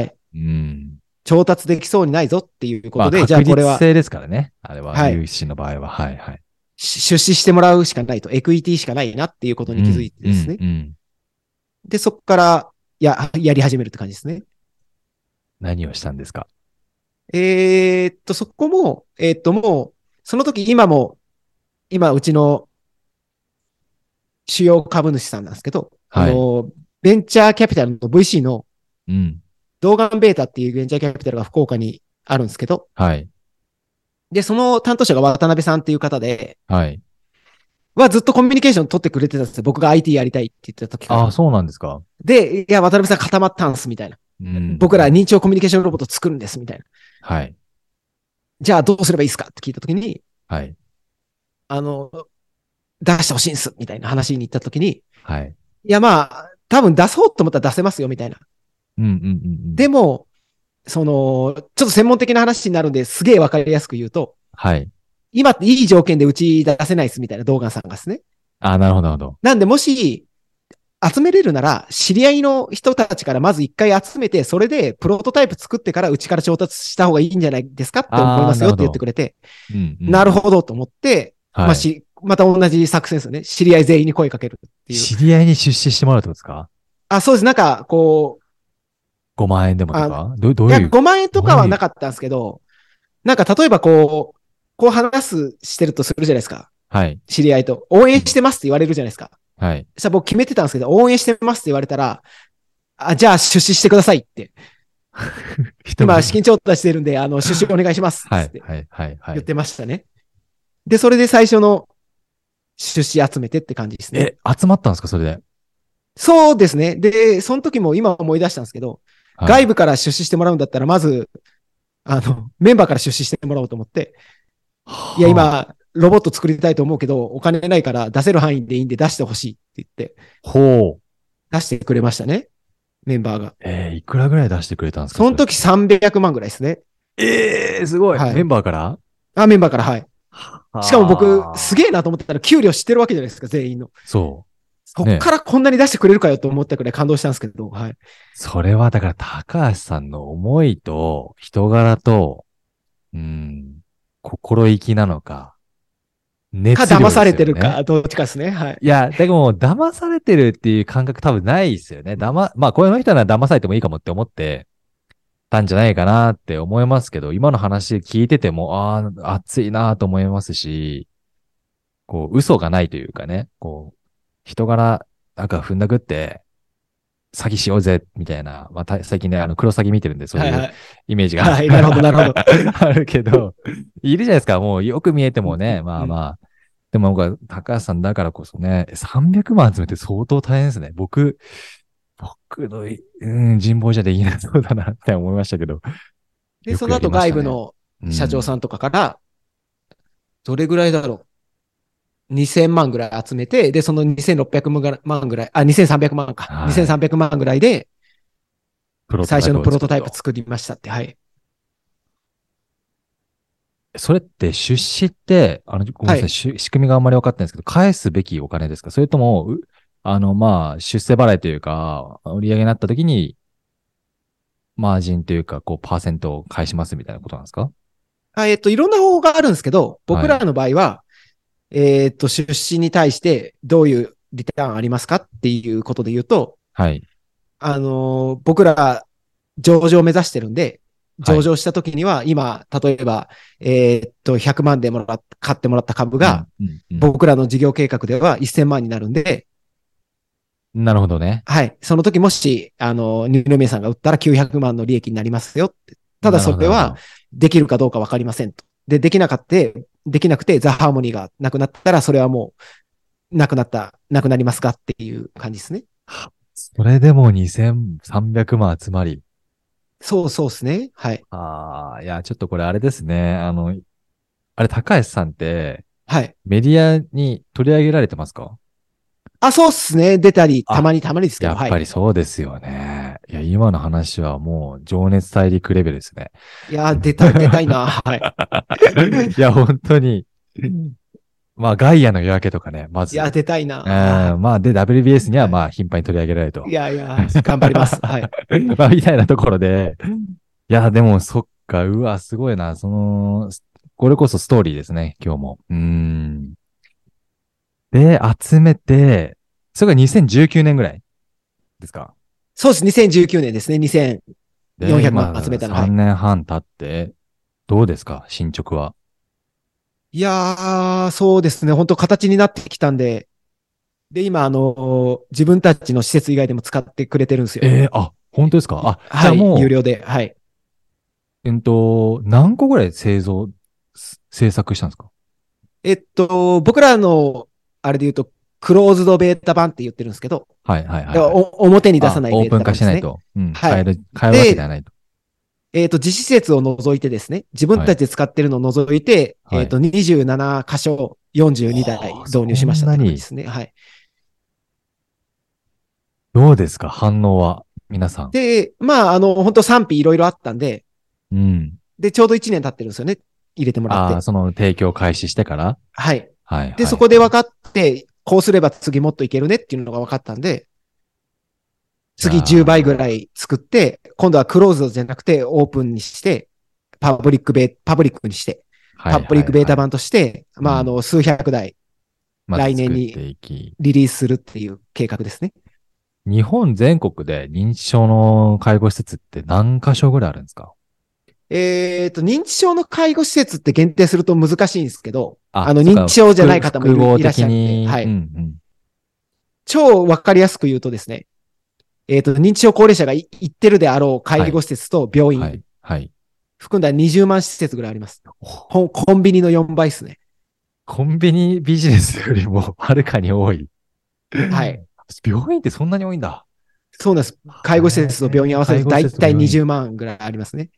[SPEAKER 1] 銀行から
[SPEAKER 2] い、
[SPEAKER 1] の融資とかはうん。
[SPEAKER 2] 調達できそうにないぞっていうこ
[SPEAKER 1] まあ
[SPEAKER 2] とで、
[SPEAKER 1] 確
[SPEAKER 2] じゃあこれ
[SPEAKER 1] 率
[SPEAKER 2] は
[SPEAKER 1] 性ですからね。あれは、
[SPEAKER 2] はい
[SPEAKER 1] 融資の場合は。はいはい。
[SPEAKER 2] し出資してもらうしかないと、エクイティしかないなっていうことに気づいてですね。
[SPEAKER 1] うんうんうん
[SPEAKER 2] で、そこから、や、やり始めるって感じですね。
[SPEAKER 1] 何をしたんですか
[SPEAKER 2] えーっと、そこも、えーっと、もう、その時、今も、今、うちの主要株主さんなんですけど、
[SPEAKER 1] はい
[SPEAKER 2] あの、ベンチャーキャピタルの VC の
[SPEAKER 1] うん。
[SPEAKER 2] 動画ベータっていうベンチャーキャピタルが福岡にあるんですけど、
[SPEAKER 1] はい。
[SPEAKER 2] で、その担当者が渡辺さんっていう方で、
[SPEAKER 1] はい。
[SPEAKER 2] はずっとコミュニケーション取ってくれてたんですよ。僕が IT やりたいって言ってた時から
[SPEAKER 1] ああ、そうなんですか。
[SPEAKER 2] で、いや、渡辺さん固まったんす、みたいな。
[SPEAKER 1] うん
[SPEAKER 2] 僕ら、認知症コミュニケーションロボット作るんです、みたいな。
[SPEAKER 1] はい。
[SPEAKER 2] じゃあ、どうすればいいですかって聞いた時に、
[SPEAKER 1] はい。
[SPEAKER 2] あの、出してほしいんす、みたいな話に行った時に、
[SPEAKER 1] はい。
[SPEAKER 2] いや、まあ、多分出そうと思ったら出せますよ、みたいな。
[SPEAKER 1] うんうんうんうん。
[SPEAKER 2] でも、その、ちょっと専門的な話になるんで、すげえわかりやすく言うと、
[SPEAKER 1] はい。
[SPEAKER 2] 今っていい条件でうち出せないです、みたいな、動画さんがですね。
[SPEAKER 1] ああ、なるほど、なるほど。
[SPEAKER 2] なんで、もし、集めれるなら、知り合いの人たちからまず一回集めて、それでプロトタイプ作ってからうちから調達した方がいいんじゃないですかって思います
[SPEAKER 1] あーなるほ
[SPEAKER 2] よ
[SPEAKER 1] ど
[SPEAKER 2] って言ってくれて、
[SPEAKER 1] うんうん
[SPEAKER 2] なるほどと思って、
[SPEAKER 1] はい
[SPEAKER 2] まあし、また同じ作戦ですよね。知り合い全員に声かけるっていう。
[SPEAKER 1] 知り合いに出資してもらうってことですか
[SPEAKER 2] あ、そうです。なんか、こ
[SPEAKER 1] ?5 万円でもとかどど
[SPEAKER 2] う、
[SPEAKER 1] う
[SPEAKER 2] いや
[SPEAKER 1] いう
[SPEAKER 2] 5万円とかはなかったんですけど、なんか例えばこう、こう話す、してるとするじゃないですか。
[SPEAKER 1] はい。
[SPEAKER 2] 知り合いと。応援してますって言われるじゃないですか。
[SPEAKER 1] はい。
[SPEAKER 2] さ僕決めてたんですけど、応援してますって言われたら、あ、じゃあ出資してくださいって。
[SPEAKER 1] 人
[SPEAKER 2] 今
[SPEAKER 1] は
[SPEAKER 2] 資金調達してるんで、あ の、出資お願いします
[SPEAKER 1] は
[SPEAKER 2] っつっ
[SPEAKER 1] い
[SPEAKER 2] て。
[SPEAKER 1] はい。はい。は
[SPEAKER 2] 言っ
[SPEAKER 1] い。
[SPEAKER 2] てましたね。で、それで最初の出資集めてって感じですね。
[SPEAKER 1] え、集まったんですかそれで。
[SPEAKER 2] そうですね。で、その時も今思い出したんですけど、
[SPEAKER 1] はい
[SPEAKER 2] 外部から出資してもらうんだったら、まず、あの、メンバーから出資してもらおうと思って、い
[SPEAKER 1] はあ。
[SPEAKER 2] や、今、ロボット作りたいと思うけど、お金ないから出せる範囲でいいんで出してほしいって言って、
[SPEAKER 1] ほう。
[SPEAKER 2] 出してくれましたね。メンバーが。
[SPEAKER 1] えー、いくらぐらい出してくれたんですか
[SPEAKER 2] その時300万ぐらいですね。
[SPEAKER 1] それえー、すごい。
[SPEAKER 2] はい
[SPEAKER 1] メンバーから
[SPEAKER 2] あ、メンバーから、はい。しかも僕、す
[SPEAKER 1] え。
[SPEAKER 2] げえなと思ってたら、給料知ってるわけじゃないですか、全員の。
[SPEAKER 1] そう。
[SPEAKER 2] そっからこんなに出してくれるかよと思ったくらい感動したんですけど、はい。
[SPEAKER 1] それはだから高橋さんの思いと人柄と、うん、心意気なのか、熱量で
[SPEAKER 2] か、
[SPEAKER 1] すよね
[SPEAKER 2] 騙されてるか、。どっちかですね、はい。
[SPEAKER 1] いや、でも、騙されてるっていう感覚多分ないですよね。騙、まあ、こういうの人なら騙されてもいいかもって思ってたんじゃないかなって思いますけど、今の話聞いてても、ああ、熱いなと思いますし、こう、嘘がないというかね、こう、人柄、なんか踏んだくって、詐欺しようぜ、みたいな、まあ、た最近ね、あの、黒詐欺見てるんで、そう
[SPEAKER 2] はいいは
[SPEAKER 1] う
[SPEAKER 2] い。
[SPEAKER 1] イメージが。
[SPEAKER 2] はい、なるほど、なる ほど。
[SPEAKER 1] あるけど、いるじゃないですか。もうよく見えてもね、まあまあ。でも僕は高橋さんだからこそね、300万集めて相当大変ですね。僕、僕のい、うん、人望じゃできなそうだなって思いましたけど。
[SPEAKER 2] で、
[SPEAKER 1] よ
[SPEAKER 2] そ
[SPEAKER 1] く
[SPEAKER 2] の
[SPEAKER 1] やり
[SPEAKER 2] 後
[SPEAKER 1] ましたね
[SPEAKER 2] 外部の
[SPEAKER 1] うん
[SPEAKER 2] 社長さんとかから、どれぐらいだろう。2000万ぐらい集めて、で、その2600万ぐらい、あ、2300万か。
[SPEAKER 1] はい
[SPEAKER 2] 2300万ぐらいで、
[SPEAKER 1] プロトタイ
[SPEAKER 2] 最
[SPEAKER 1] プを
[SPEAKER 2] 初のプロトタイ
[SPEAKER 1] 作
[SPEAKER 2] プ
[SPEAKER 1] る
[SPEAKER 2] 作りましたって、はい。
[SPEAKER 1] とそれって出資って、あの、ごめんなさい、
[SPEAKER 2] はい
[SPEAKER 1] し仕組みがあんまり分かってないんですけど、返すべきお金ですかそれとも、うあの、まあ、出世払いというか、売り上げになった時に、マージンというか、こう、パーセントを返しますみたいなことなんですか
[SPEAKER 2] あえっと、いろんな方法があるんですけど、僕らの場合は、えっと、出資に対してどういうリターンありますかっていうことで言うと、
[SPEAKER 1] はい。
[SPEAKER 2] あのー僕ら、上場を目指してるんで、上場した時には、今、例えば、えっと、100万でもらっ買ってもらった株が、
[SPEAKER 1] うん、うんうん
[SPEAKER 2] 僕らの事業計画では1000万になるんで、
[SPEAKER 1] なるほどね。
[SPEAKER 2] はい。その時もし、あの、二宮さんが売ったら900万の利益になりますよって。ただそれは、できるかどうかわかりませんと。で、できなかって、できなくてザ・ハーモニーがなくなったら、それはもう、なくなった、なくなりますかっていう感じですね。
[SPEAKER 1] それでも2300万集まり。
[SPEAKER 2] そうそうですね。はい。
[SPEAKER 1] ああ、いや、ちょっとこれあれですね。あの、あれ、高橋さんって、
[SPEAKER 2] はい。
[SPEAKER 1] メディアに取り上げられてますか
[SPEAKER 2] あ、そうっすね。出たり、
[SPEAKER 1] あ
[SPEAKER 2] たまにたまにですけ
[SPEAKER 1] や
[SPEAKER 2] ど、
[SPEAKER 1] っ
[SPEAKER 2] はい
[SPEAKER 1] ぱ。りそうですよね。いや、今の話はもう、情熱大陸レベルです ね。
[SPEAKER 2] いやー、出たい、出たいな。 はい。
[SPEAKER 1] いや、本当に。まあ、ガイアの夜明けとかね、ま
[SPEAKER 2] い
[SPEAKER 1] ず。
[SPEAKER 2] やー、出たいな。
[SPEAKER 1] うん、 まあ、で、WBS にはまあ、頻繁に取り上げられると
[SPEAKER 2] い。やいや、頑張ります。はい。
[SPEAKER 1] まあ、みたいなところで。いや、でも、そっか、うわ、すごいな。その、これこそストーリーですね、今日も。うーん。で、集めて、それが2019年ぐらいですか
[SPEAKER 2] そうです。2019年ですね。2000。
[SPEAKER 1] で
[SPEAKER 2] 400万集めたの
[SPEAKER 1] 今
[SPEAKER 2] はい
[SPEAKER 1] 3年半経って、どうですか進捗は。
[SPEAKER 2] いやー、そうですね。本当形になってきたんで。で、今、あの、自分たちの施設以外でも使ってくれてるんですよ。
[SPEAKER 1] ええあ、本当ですかあ、じゃ
[SPEAKER 2] は
[SPEAKER 1] あ
[SPEAKER 2] い。
[SPEAKER 1] もう、
[SPEAKER 2] 有料で。はい。
[SPEAKER 1] えっと、何個ぐらい製造、す制作したんですか
[SPEAKER 2] えっと、僕らの、あれで言うと、クローズドベータ版って言ってるんですけど、
[SPEAKER 1] はいはいはい、
[SPEAKER 2] だから
[SPEAKER 1] はい。
[SPEAKER 2] お表に出さない
[SPEAKER 1] あオ
[SPEAKER 2] ベ
[SPEAKER 1] ー
[SPEAKER 2] ータ
[SPEAKER 1] プン
[SPEAKER 2] 版
[SPEAKER 1] 化し
[SPEAKER 2] です
[SPEAKER 1] て
[SPEAKER 2] ね。
[SPEAKER 1] ないと。うん。
[SPEAKER 2] はい
[SPEAKER 1] 変える、変えるわけではないと。
[SPEAKER 2] えっ、と、自施設を除いてですね、自分たちで使ってるのを除いて、
[SPEAKER 1] はい
[SPEAKER 2] えっ、と、27箇所42台
[SPEAKER 1] ほう
[SPEAKER 2] 導入しまし
[SPEAKER 1] そ
[SPEAKER 2] た
[SPEAKER 1] んな
[SPEAKER 2] って
[SPEAKER 1] に
[SPEAKER 2] 感じですね。はい。
[SPEAKER 1] どうですか反応は、皆さん。
[SPEAKER 2] で、まあ、あの、本当賛否いろいろあったんで、
[SPEAKER 1] うん。
[SPEAKER 2] で、ちょうど1年経ってるんですよね。入れてもらっ
[SPEAKER 1] ああ、
[SPEAKER 2] て。
[SPEAKER 1] その提供開始してから
[SPEAKER 2] はい。
[SPEAKER 1] はい、はい。
[SPEAKER 2] で、そこで分かって、こうすれば次もっといけるねっていうのが分かったんで、次
[SPEAKER 1] いやー
[SPEAKER 2] 10倍ぐらい作って、今度はクローズドじゃなくてオープンにして、パブリックベ、パブリックにして、
[SPEAKER 1] はい、
[SPEAKER 2] パブリックベータ
[SPEAKER 1] 版、
[SPEAKER 2] 版として、まあ、あの、数百台
[SPEAKER 1] まあ
[SPEAKER 2] 来年に
[SPEAKER 1] 作っていき
[SPEAKER 2] リリースするっていう計画ですね。
[SPEAKER 1] 日本全国で認知症の介護施設って何箇所ぐらいあるんですか
[SPEAKER 2] えっ、と、認知症の介護施設って限定すると難しいんですけど、
[SPEAKER 1] あ
[SPEAKER 2] あの
[SPEAKER 1] そっか
[SPEAKER 2] 認知症じゃない方もいる
[SPEAKER 1] 複合
[SPEAKER 2] いらっし
[SPEAKER 1] 的
[SPEAKER 2] ゃるん
[SPEAKER 1] に。
[SPEAKER 2] ではい
[SPEAKER 1] うんうん。
[SPEAKER 2] 超分かりやすく言うとですね、えっ、と、認知症高齢者がい行ってるであろう介護施設と病院、
[SPEAKER 1] はい。はい。
[SPEAKER 2] 含んだ20万施設ぐらいあります。コンコンビニの4倍ですね。
[SPEAKER 1] コンビニビジネスよりもはるかに多い。
[SPEAKER 2] はい。
[SPEAKER 1] 病院ってそんなに多いんだ。
[SPEAKER 2] そうなんです。介護施設と病院合わせると
[SPEAKER 1] 介護施
[SPEAKER 2] 大
[SPEAKER 1] 設と病
[SPEAKER 2] 体
[SPEAKER 1] 院
[SPEAKER 2] 20万ぐらいありますね。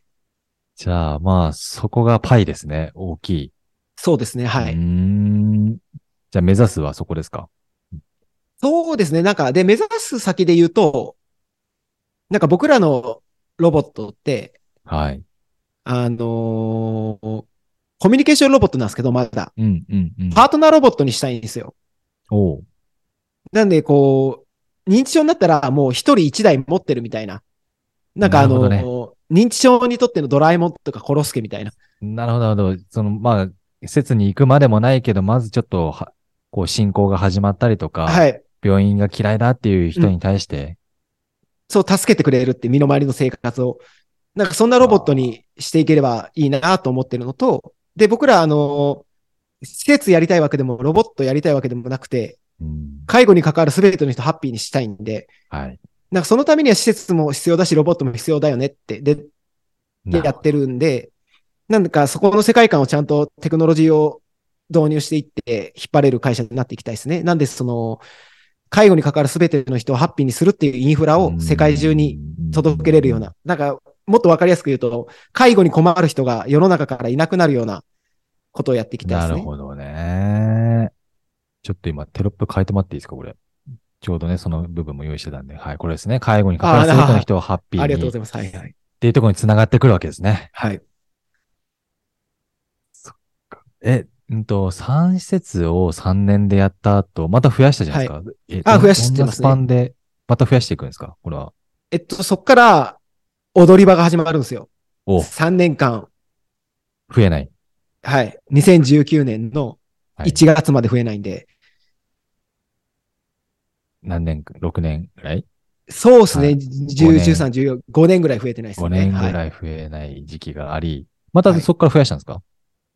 [SPEAKER 1] じゃあ、まあ、そこがパイですね。大きい。
[SPEAKER 2] そうですね。は
[SPEAKER 1] うー
[SPEAKER 2] い。
[SPEAKER 1] ん。じゃあ、目指すはそこですか
[SPEAKER 2] そうですね。なんか、で、目指す先で言うと、なんか僕らのロボットって、
[SPEAKER 1] はい。
[SPEAKER 2] あのーコミュニケーションロボットなんですけど、まだ。
[SPEAKER 1] うん、うん、うん。
[SPEAKER 2] パートナーロボットにしたいんですよ。
[SPEAKER 1] おう
[SPEAKER 2] なんで、こう、認知症になったらもう一人一台持ってるみたいな。なんかあのー
[SPEAKER 1] なる
[SPEAKER 2] 認知症にとってのドラえもんとかコロスケみたいな。
[SPEAKER 1] なるほど、なるほど。その、まあ、施設に行くまでもないけど、まずちょっとは、こう、進行が始まったりとか、
[SPEAKER 2] はい。
[SPEAKER 1] 病院が嫌いだっていう人に対して、
[SPEAKER 2] そう、助けてくれるって身の回りの生活を。なんかそんなロボットにしていければいいなと思ってるのと、で、僕らあの、施設やりたいわけでも、ロボットやりたいわけでもなくて、
[SPEAKER 1] うん
[SPEAKER 2] 介護に関わる全ての人ハッピーにしたいんで、
[SPEAKER 1] はい。
[SPEAKER 2] なんかそのためには施設も必要だし、ロボットも必要だよねって、で、でやってるんで、なんかそこの世界観をちゃんとテクノロジーを導入していって、引っ張れる会社になっていきたいですね。なんでその、介護に関わる全ての人をハッピーにするっていうインフラを世界中に届けれるような、なんか、もっとわかりやすく言うと、介護に困る人が世の中からいなくなるようなことをやっていきたいで
[SPEAKER 1] な
[SPEAKER 2] す
[SPEAKER 1] る
[SPEAKER 2] ね。
[SPEAKER 1] ほどね。ちょっと今テロップ変えてもらっていいですか、これ。ちょうどね、その部分も用意してたんで。はい、これですね。介護に関わる全ての人をハッピーに。
[SPEAKER 2] ありがとうござ
[SPEAKER 1] い
[SPEAKER 2] います。はいはい。
[SPEAKER 1] ます。っていうところに繋がってくるわけですね。
[SPEAKER 2] はい。
[SPEAKER 1] え、うんと、3施設を3年でやった後、また増やしたじゃないですか。え
[SPEAKER 2] あ
[SPEAKER 1] どん
[SPEAKER 2] 増やしてますね
[SPEAKER 1] どんなスパンで、また増やしていくんですかこれは。
[SPEAKER 2] えっと、そっから、踊り場が始まるんですよ。
[SPEAKER 1] お、増
[SPEAKER 2] 3年間、
[SPEAKER 1] えない。
[SPEAKER 2] はい。2019年の
[SPEAKER 1] はい
[SPEAKER 2] 1月まで増えないんで、
[SPEAKER 1] 何年か、6年ぐらい
[SPEAKER 2] そうですね。
[SPEAKER 1] はい
[SPEAKER 2] 10、13、14、5年ぐらい増えてないです
[SPEAKER 1] ?5
[SPEAKER 2] ね。
[SPEAKER 1] 年ぐ
[SPEAKER 2] は
[SPEAKER 1] らい増えない時期があり、またそこから増やしたんですか、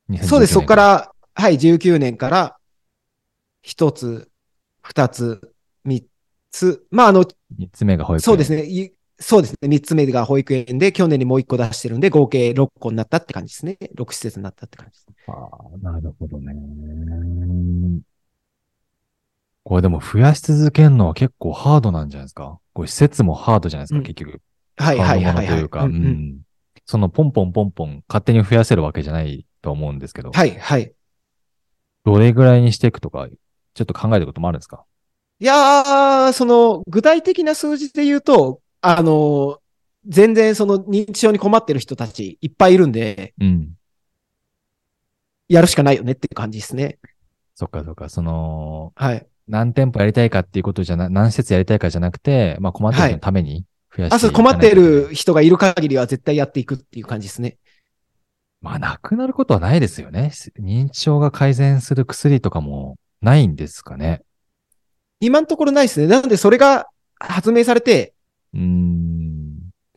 [SPEAKER 2] い、そうです。そっか。ら、はい、19年から、1つ、2つ、3つ、まあ、あの、
[SPEAKER 1] 三つ目が保育園。
[SPEAKER 2] そうです
[SPEAKER 1] ね。
[SPEAKER 2] ね。いそうですね。三つ目が保育園で、去年にもう一個出してるんで、合計6個になったって感じですね。6施設になったって感じです。
[SPEAKER 1] あーなるほどね。これでも増やし続けるのは結構ハードなんじゃないですかこれ施設もハードじゃないですか、
[SPEAKER 2] うん
[SPEAKER 1] 結局。
[SPEAKER 2] はいはい
[SPEAKER 1] 変わ
[SPEAKER 2] は
[SPEAKER 1] るもの
[SPEAKER 2] いは
[SPEAKER 1] と
[SPEAKER 2] い。
[SPEAKER 1] いうか、
[SPEAKER 2] うんうん
[SPEAKER 1] うんそのポンポンポンポン勝手に増やせるわけじゃないと思うんですけど、
[SPEAKER 2] はいはい。
[SPEAKER 1] どれぐらいにしていくとか、ちょっと考えることもあるんですか
[SPEAKER 2] いやー、その、具体的な数字で言うと、あの、全然その認知症に困ってる人たちいっぱいいるんで、
[SPEAKER 1] うん。
[SPEAKER 2] やるしかないよねっていう感じですね。
[SPEAKER 1] そっかそっか、その、
[SPEAKER 2] はい。
[SPEAKER 1] 何店舗やりたいかっていうことじゃな、何施設やりたいかじゃなくて、まあ困ってる人のために増やしていかな
[SPEAKER 2] あ、そう、
[SPEAKER 1] いといけ
[SPEAKER 2] 困
[SPEAKER 1] ない、
[SPEAKER 2] ってる人がいる限りは絶対やっていくっていう感じですね。
[SPEAKER 1] まあなくなることはないですよね。認知症が改善する薬とかもないんですかね。
[SPEAKER 2] 今のところないですね。なので、それが発明されて、
[SPEAKER 1] うーん。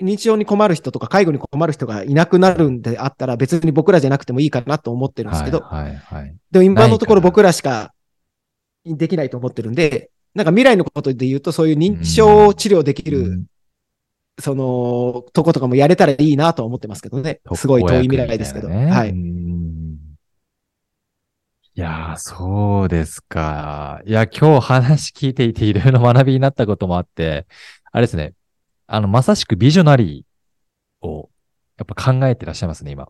[SPEAKER 2] 認知症に困る人とか介護に困る人がいなくなるんであったら別に僕らじゃなくてもいいかなと思ってるんですけど、
[SPEAKER 1] はい、はい、はい。
[SPEAKER 2] でも今のところ
[SPEAKER 1] ないかな
[SPEAKER 2] 僕らしかできないと思ってるんで、なんか未来のことで言うとそういう認知症を治療できる、
[SPEAKER 1] うん
[SPEAKER 2] その、とことかもやれたらいいなとは思ってますけどね。すごい遠い未来ですけど。
[SPEAKER 1] 特効薬みた
[SPEAKER 2] はい
[SPEAKER 1] なね
[SPEAKER 2] い。
[SPEAKER 1] うんいやー、そうですか。いや、今日話聞いていていろいろ学びになったこともあって、あれですね。あの、まさしくビジョナリーを、やっぱ考えてらっしゃいますね、今。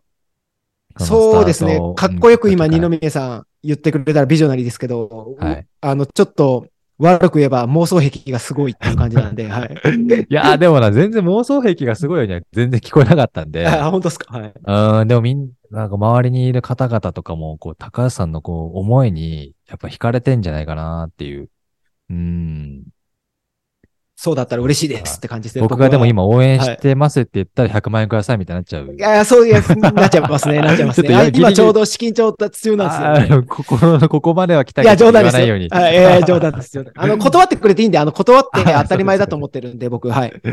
[SPEAKER 2] そうですね。かっこよく今、二
[SPEAKER 1] 目。
[SPEAKER 2] 宮さん言ってくれたらビジョナリーですけど、
[SPEAKER 1] はい
[SPEAKER 2] あの、ちょっと悪く言えば妄想癖がすごいっていう感じなんで、はい。
[SPEAKER 1] いやー、でもな、全然妄想癖がすごいようには全然聞こえなかったん で。
[SPEAKER 2] あ、本当ですか。はい。
[SPEAKER 1] うん、でもみんな、んか周りにいる方々とかも、こう、高橋さんのこう、思いに、やっぱ惹かれてんじゃないかなっていう。うん。
[SPEAKER 2] そうだったら嬉しいですって感じですね。
[SPEAKER 1] 僕がでも
[SPEAKER 2] は
[SPEAKER 1] 今応援してますって言ったら100万円くださいみたいになっちゃう。
[SPEAKER 2] いやいや、そういうやつになっちゃいます ね。なっちゃいます
[SPEAKER 1] ちょ
[SPEAKER 2] ね。
[SPEAKER 1] っとギ
[SPEAKER 2] あ
[SPEAKER 1] リギリ
[SPEAKER 2] 今ちょうど資金調達中なんですよ、
[SPEAKER 1] あー心の ここまでは来た
[SPEAKER 2] い
[SPEAKER 1] けど
[SPEAKER 2] や、冗談で
[SPEAKER 1] 言わ
[SPEAKER 2] す
[SPEAKER 1] ない
[SPEAKER 2] よ。
[SPEAKER 1] よ
[SPEAKER 2] は
[SPEAKER 1] う
[SPEAKER 2] い
[SPEAKER 1] に。
[SPEAKER 2] いやいや、冗談で すよ。あの、断ってくれていいんで、あの、断って当たり前だと思ってるんで、僕、はい。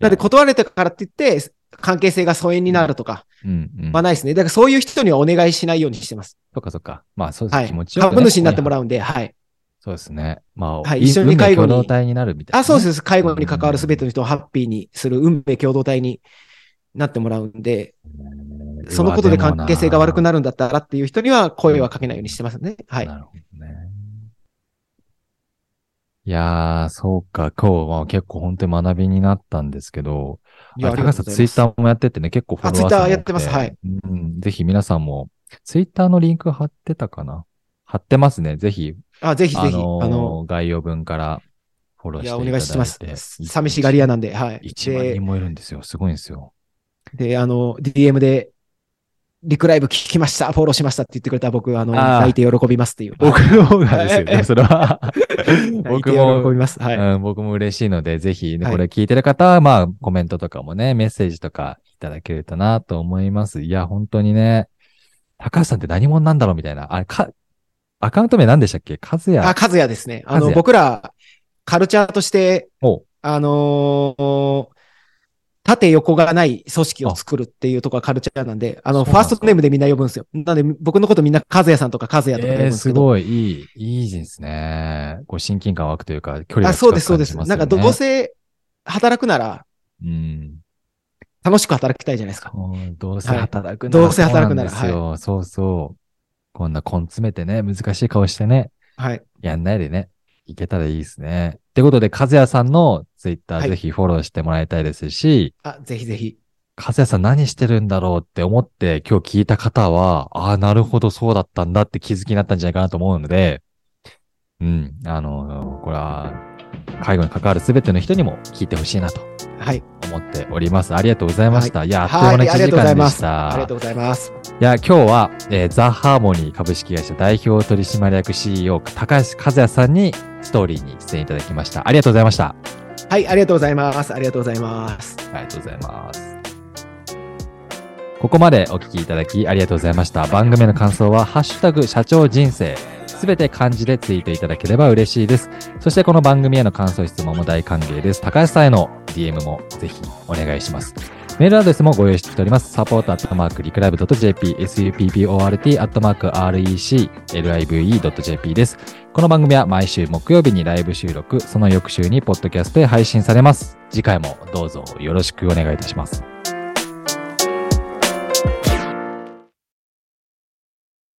[SPEAKER 2] だって断れたからって言って、関係性が疎遠になるとか、
[SPEAKER 1] うん、うん。
[SPEAKER 2] まあないですね。だからそういう人にはお願いしないようにしてます。
[SPEAKER 1] そっかそっか。まあそうです、
[SPEAKER 2] はい。
[SPEAKER 1] 気持ちよく、ね。
[SPEAKER 2] 株主になってもら
[SPEAKER 1] う。
[SPEAKER 2] うんで、はい。
[SPEAKER 1] そうですね。まあ、
[SPEAKER 2] はい一緒に
[SPEAKER 1] 運命
[SPEAKER 2] 介護に
[SPEAKER 1] 共同体になるみたいなね、
[SPEAKER 2] あ、そうです。介護に関わるすべての人をハッピーにする運命共同体になってもらうんで、
[SPEAKER 1] うん。
[SPEAKER 2] そのことで関係性が悪く
[SPEAKER 1] な
[SPEAKER 2] なるんだったらっていう人には声はかけないようにしてますね。はい。
[SPEAKER 1] なるほどね。いやー、そうか。今日は結構本当に学びになったんですけど、
[SPEAKER 2] いや、あり
[SPEAKER 1] 高橋さ
[SPEAKER 2] がとうんございます。
[SPEAKER 1] ツイッターもやっててね、結構フォロワーさん
[SPEAKER 2] あ Twitter やってます
[SPEAKER 1] 多く
[SPEAKER 2] はい。
[SPEAKER 1] うん、ぜひ皆さんも、ツイッターのリンク貼ってたかな貼ってますね。ぜひ、
[SPEAKER 2] あ、ぜひぜ
[SPEAKER 1] あ
[SPEAKER 2] ひ、あ
[SPEAKER 1] の
[SPEAKER 2] の
[SPEAKER 1] ー概要文からフォローし
[SPEAKER 2] い
[SPEAKER 1] てい
[SPEAKER 2] や、
[SPEAKER 1] た
[SPEAKER 2] お
[SPEAKER 1] だいて。
[SPEAKER 2] 願いします。寂しがり屋なんで、はい。
[SPEAKER 1] 1万人もいるんですよ。すごいんですよ。
[SPEAKER 2] で、であの、DM で、リクライブ聞きました、フォローしましたって言ってくれたら僕、あの、
[SPEAKER 1] あー
[SPEAKER 2] 泣いて喜びますっていう。
[SPEAKER 1] 僕の方がですよ
[SPEAKER 2] ええ
[SPEAKER 1] ね。それ は。僕
[SPEAKER 2] 泣いて喜
[SPEAKER 1] も
[SPEAKER 2] びます。はい。
[SPEAKER 1] うん、僕も嬉しいので、ぜひ、ね、
[SPEAKER 2] はい
[SPEAKER 1] これ聞いてる方は、まあ、コメントとかもね、メッセージとかいただけるとなと思います。いや、本当にね、高橋さんって何者なんだろうみたいな。あれ、か、アカウント名何でしたっけ和也
[SPEAKER 2] あ、。和也ですね。あ
[SPEAKER 1] 和
[SPEAKER 2] の、
[SPEAKER 1] 也
[SPEAKER 2] 僕ら、カルチャーとして、
[SPEAKER 1] おう
[SPEAKER 2] あのー縦横がない組織を作るっていうところがカルチャーなんで、あの、
[SPEAKER 1] そ
[SPEAKER 2] フ
[SPEAKER 1] うなん
[SPEAKER 2] ァー
[SPEAKER 1] ですか
[SPEAKER 2] ストネームでみんな呼ぶんですよ。なんで、僕のことみんな、和也さんとか和也とか呼ぶん
[SPEAKER 1] えー、
[SPEAKER 2] ですすけど。
[SPEAKER 1] ごい、いい、いいですね。こう、親近感湧くというか、距離
[SPEAKER 2] あ、
[SPEAKER 1] が
[SPEAKER 2] そ
[SPEAKER 1] 近く感じますよ、
[SPEAKER 2] う
[SPEAKER 1] ね。
[SPEAKER 2] です、そうです。なんか、どうせ、働くなら、
[SPEAKER 1] うん。
[SPEAKER 2] 楽しく働きたいじゃないですか。
[SPEAKER 1] そうどうせ
[SPEAKER 2] はい
[SPEAKER 1] 働くなら、
[SPEAKER 2] どうせ働くなら
[SPEAKER 1] そうなんですよ、そうそう。こんな根詰めてね、難しい顔してね、
[SPEAKER 2] はい。
[SPEAKER 1] やんないでね、いけたらいいですね。ってことで、和也さんのツイッタ
[SPEAKER 2] は
[SPEAKER 1] ー
[SPEAKER 2] い
[SPEAKER 1] ぜひフォローしてもらいたいですし、
[SPEAKER 2] あ、ぜひぜひ。
[SPEAKER 1] 和也さん何してるんだろうって思って今日聞いた方は、ああ、なるほどそうだったんだって気づきになったんじゃないかなと思うので、うん、あのこれは、介護に関わるすべての人にも聞いてほしいなと
[SPEAKER 2] はい。
[SPEAKER 1] 思っております。ありがとうございました。い、や、あっという間の
[SPEAKER 2] はい、
[SPEAKER 1] 1
[SPEAKER 2] ありが
[SPEAKER 1] 時
[SPEAKER 2] とうござい
[SPEAKER 1] 間で
[SPEAKER 2] ま
[SPEAKER 1] し
[SPEAKER 2] す。
[SPEAKER 1] た。
[SPEAKER 2] ありがとうございます。
[SPEAKER 1] いや、今日は、えーザ・ハーモニー株式会社代表取締役 CEO、高橋和也さんにストーリーに出演いただきました。ありがとうございました。
[SPEAKER 2] はい、ありがとうございます。ありがとうございます。
[SPEAKER 1] ありがとうございます。ここまでお聞きいただきありがとうございました。番組の感想は、ハッシュタグ社長人生、すべて漢字でツイートいただければ嬉しいです。そしてこの番組への感想質問も大歓迎です。高橋さんへの DM もぜひお願いします。メールアドレスもご用意してきております。サポートアットマークリクライブ .jp、support アットマーク reclive.jp です。この番組は毎週木曜日にライブ収録、その翌週にポッドキャストで配信されます。次回もどうぞよろしくお願いいたします。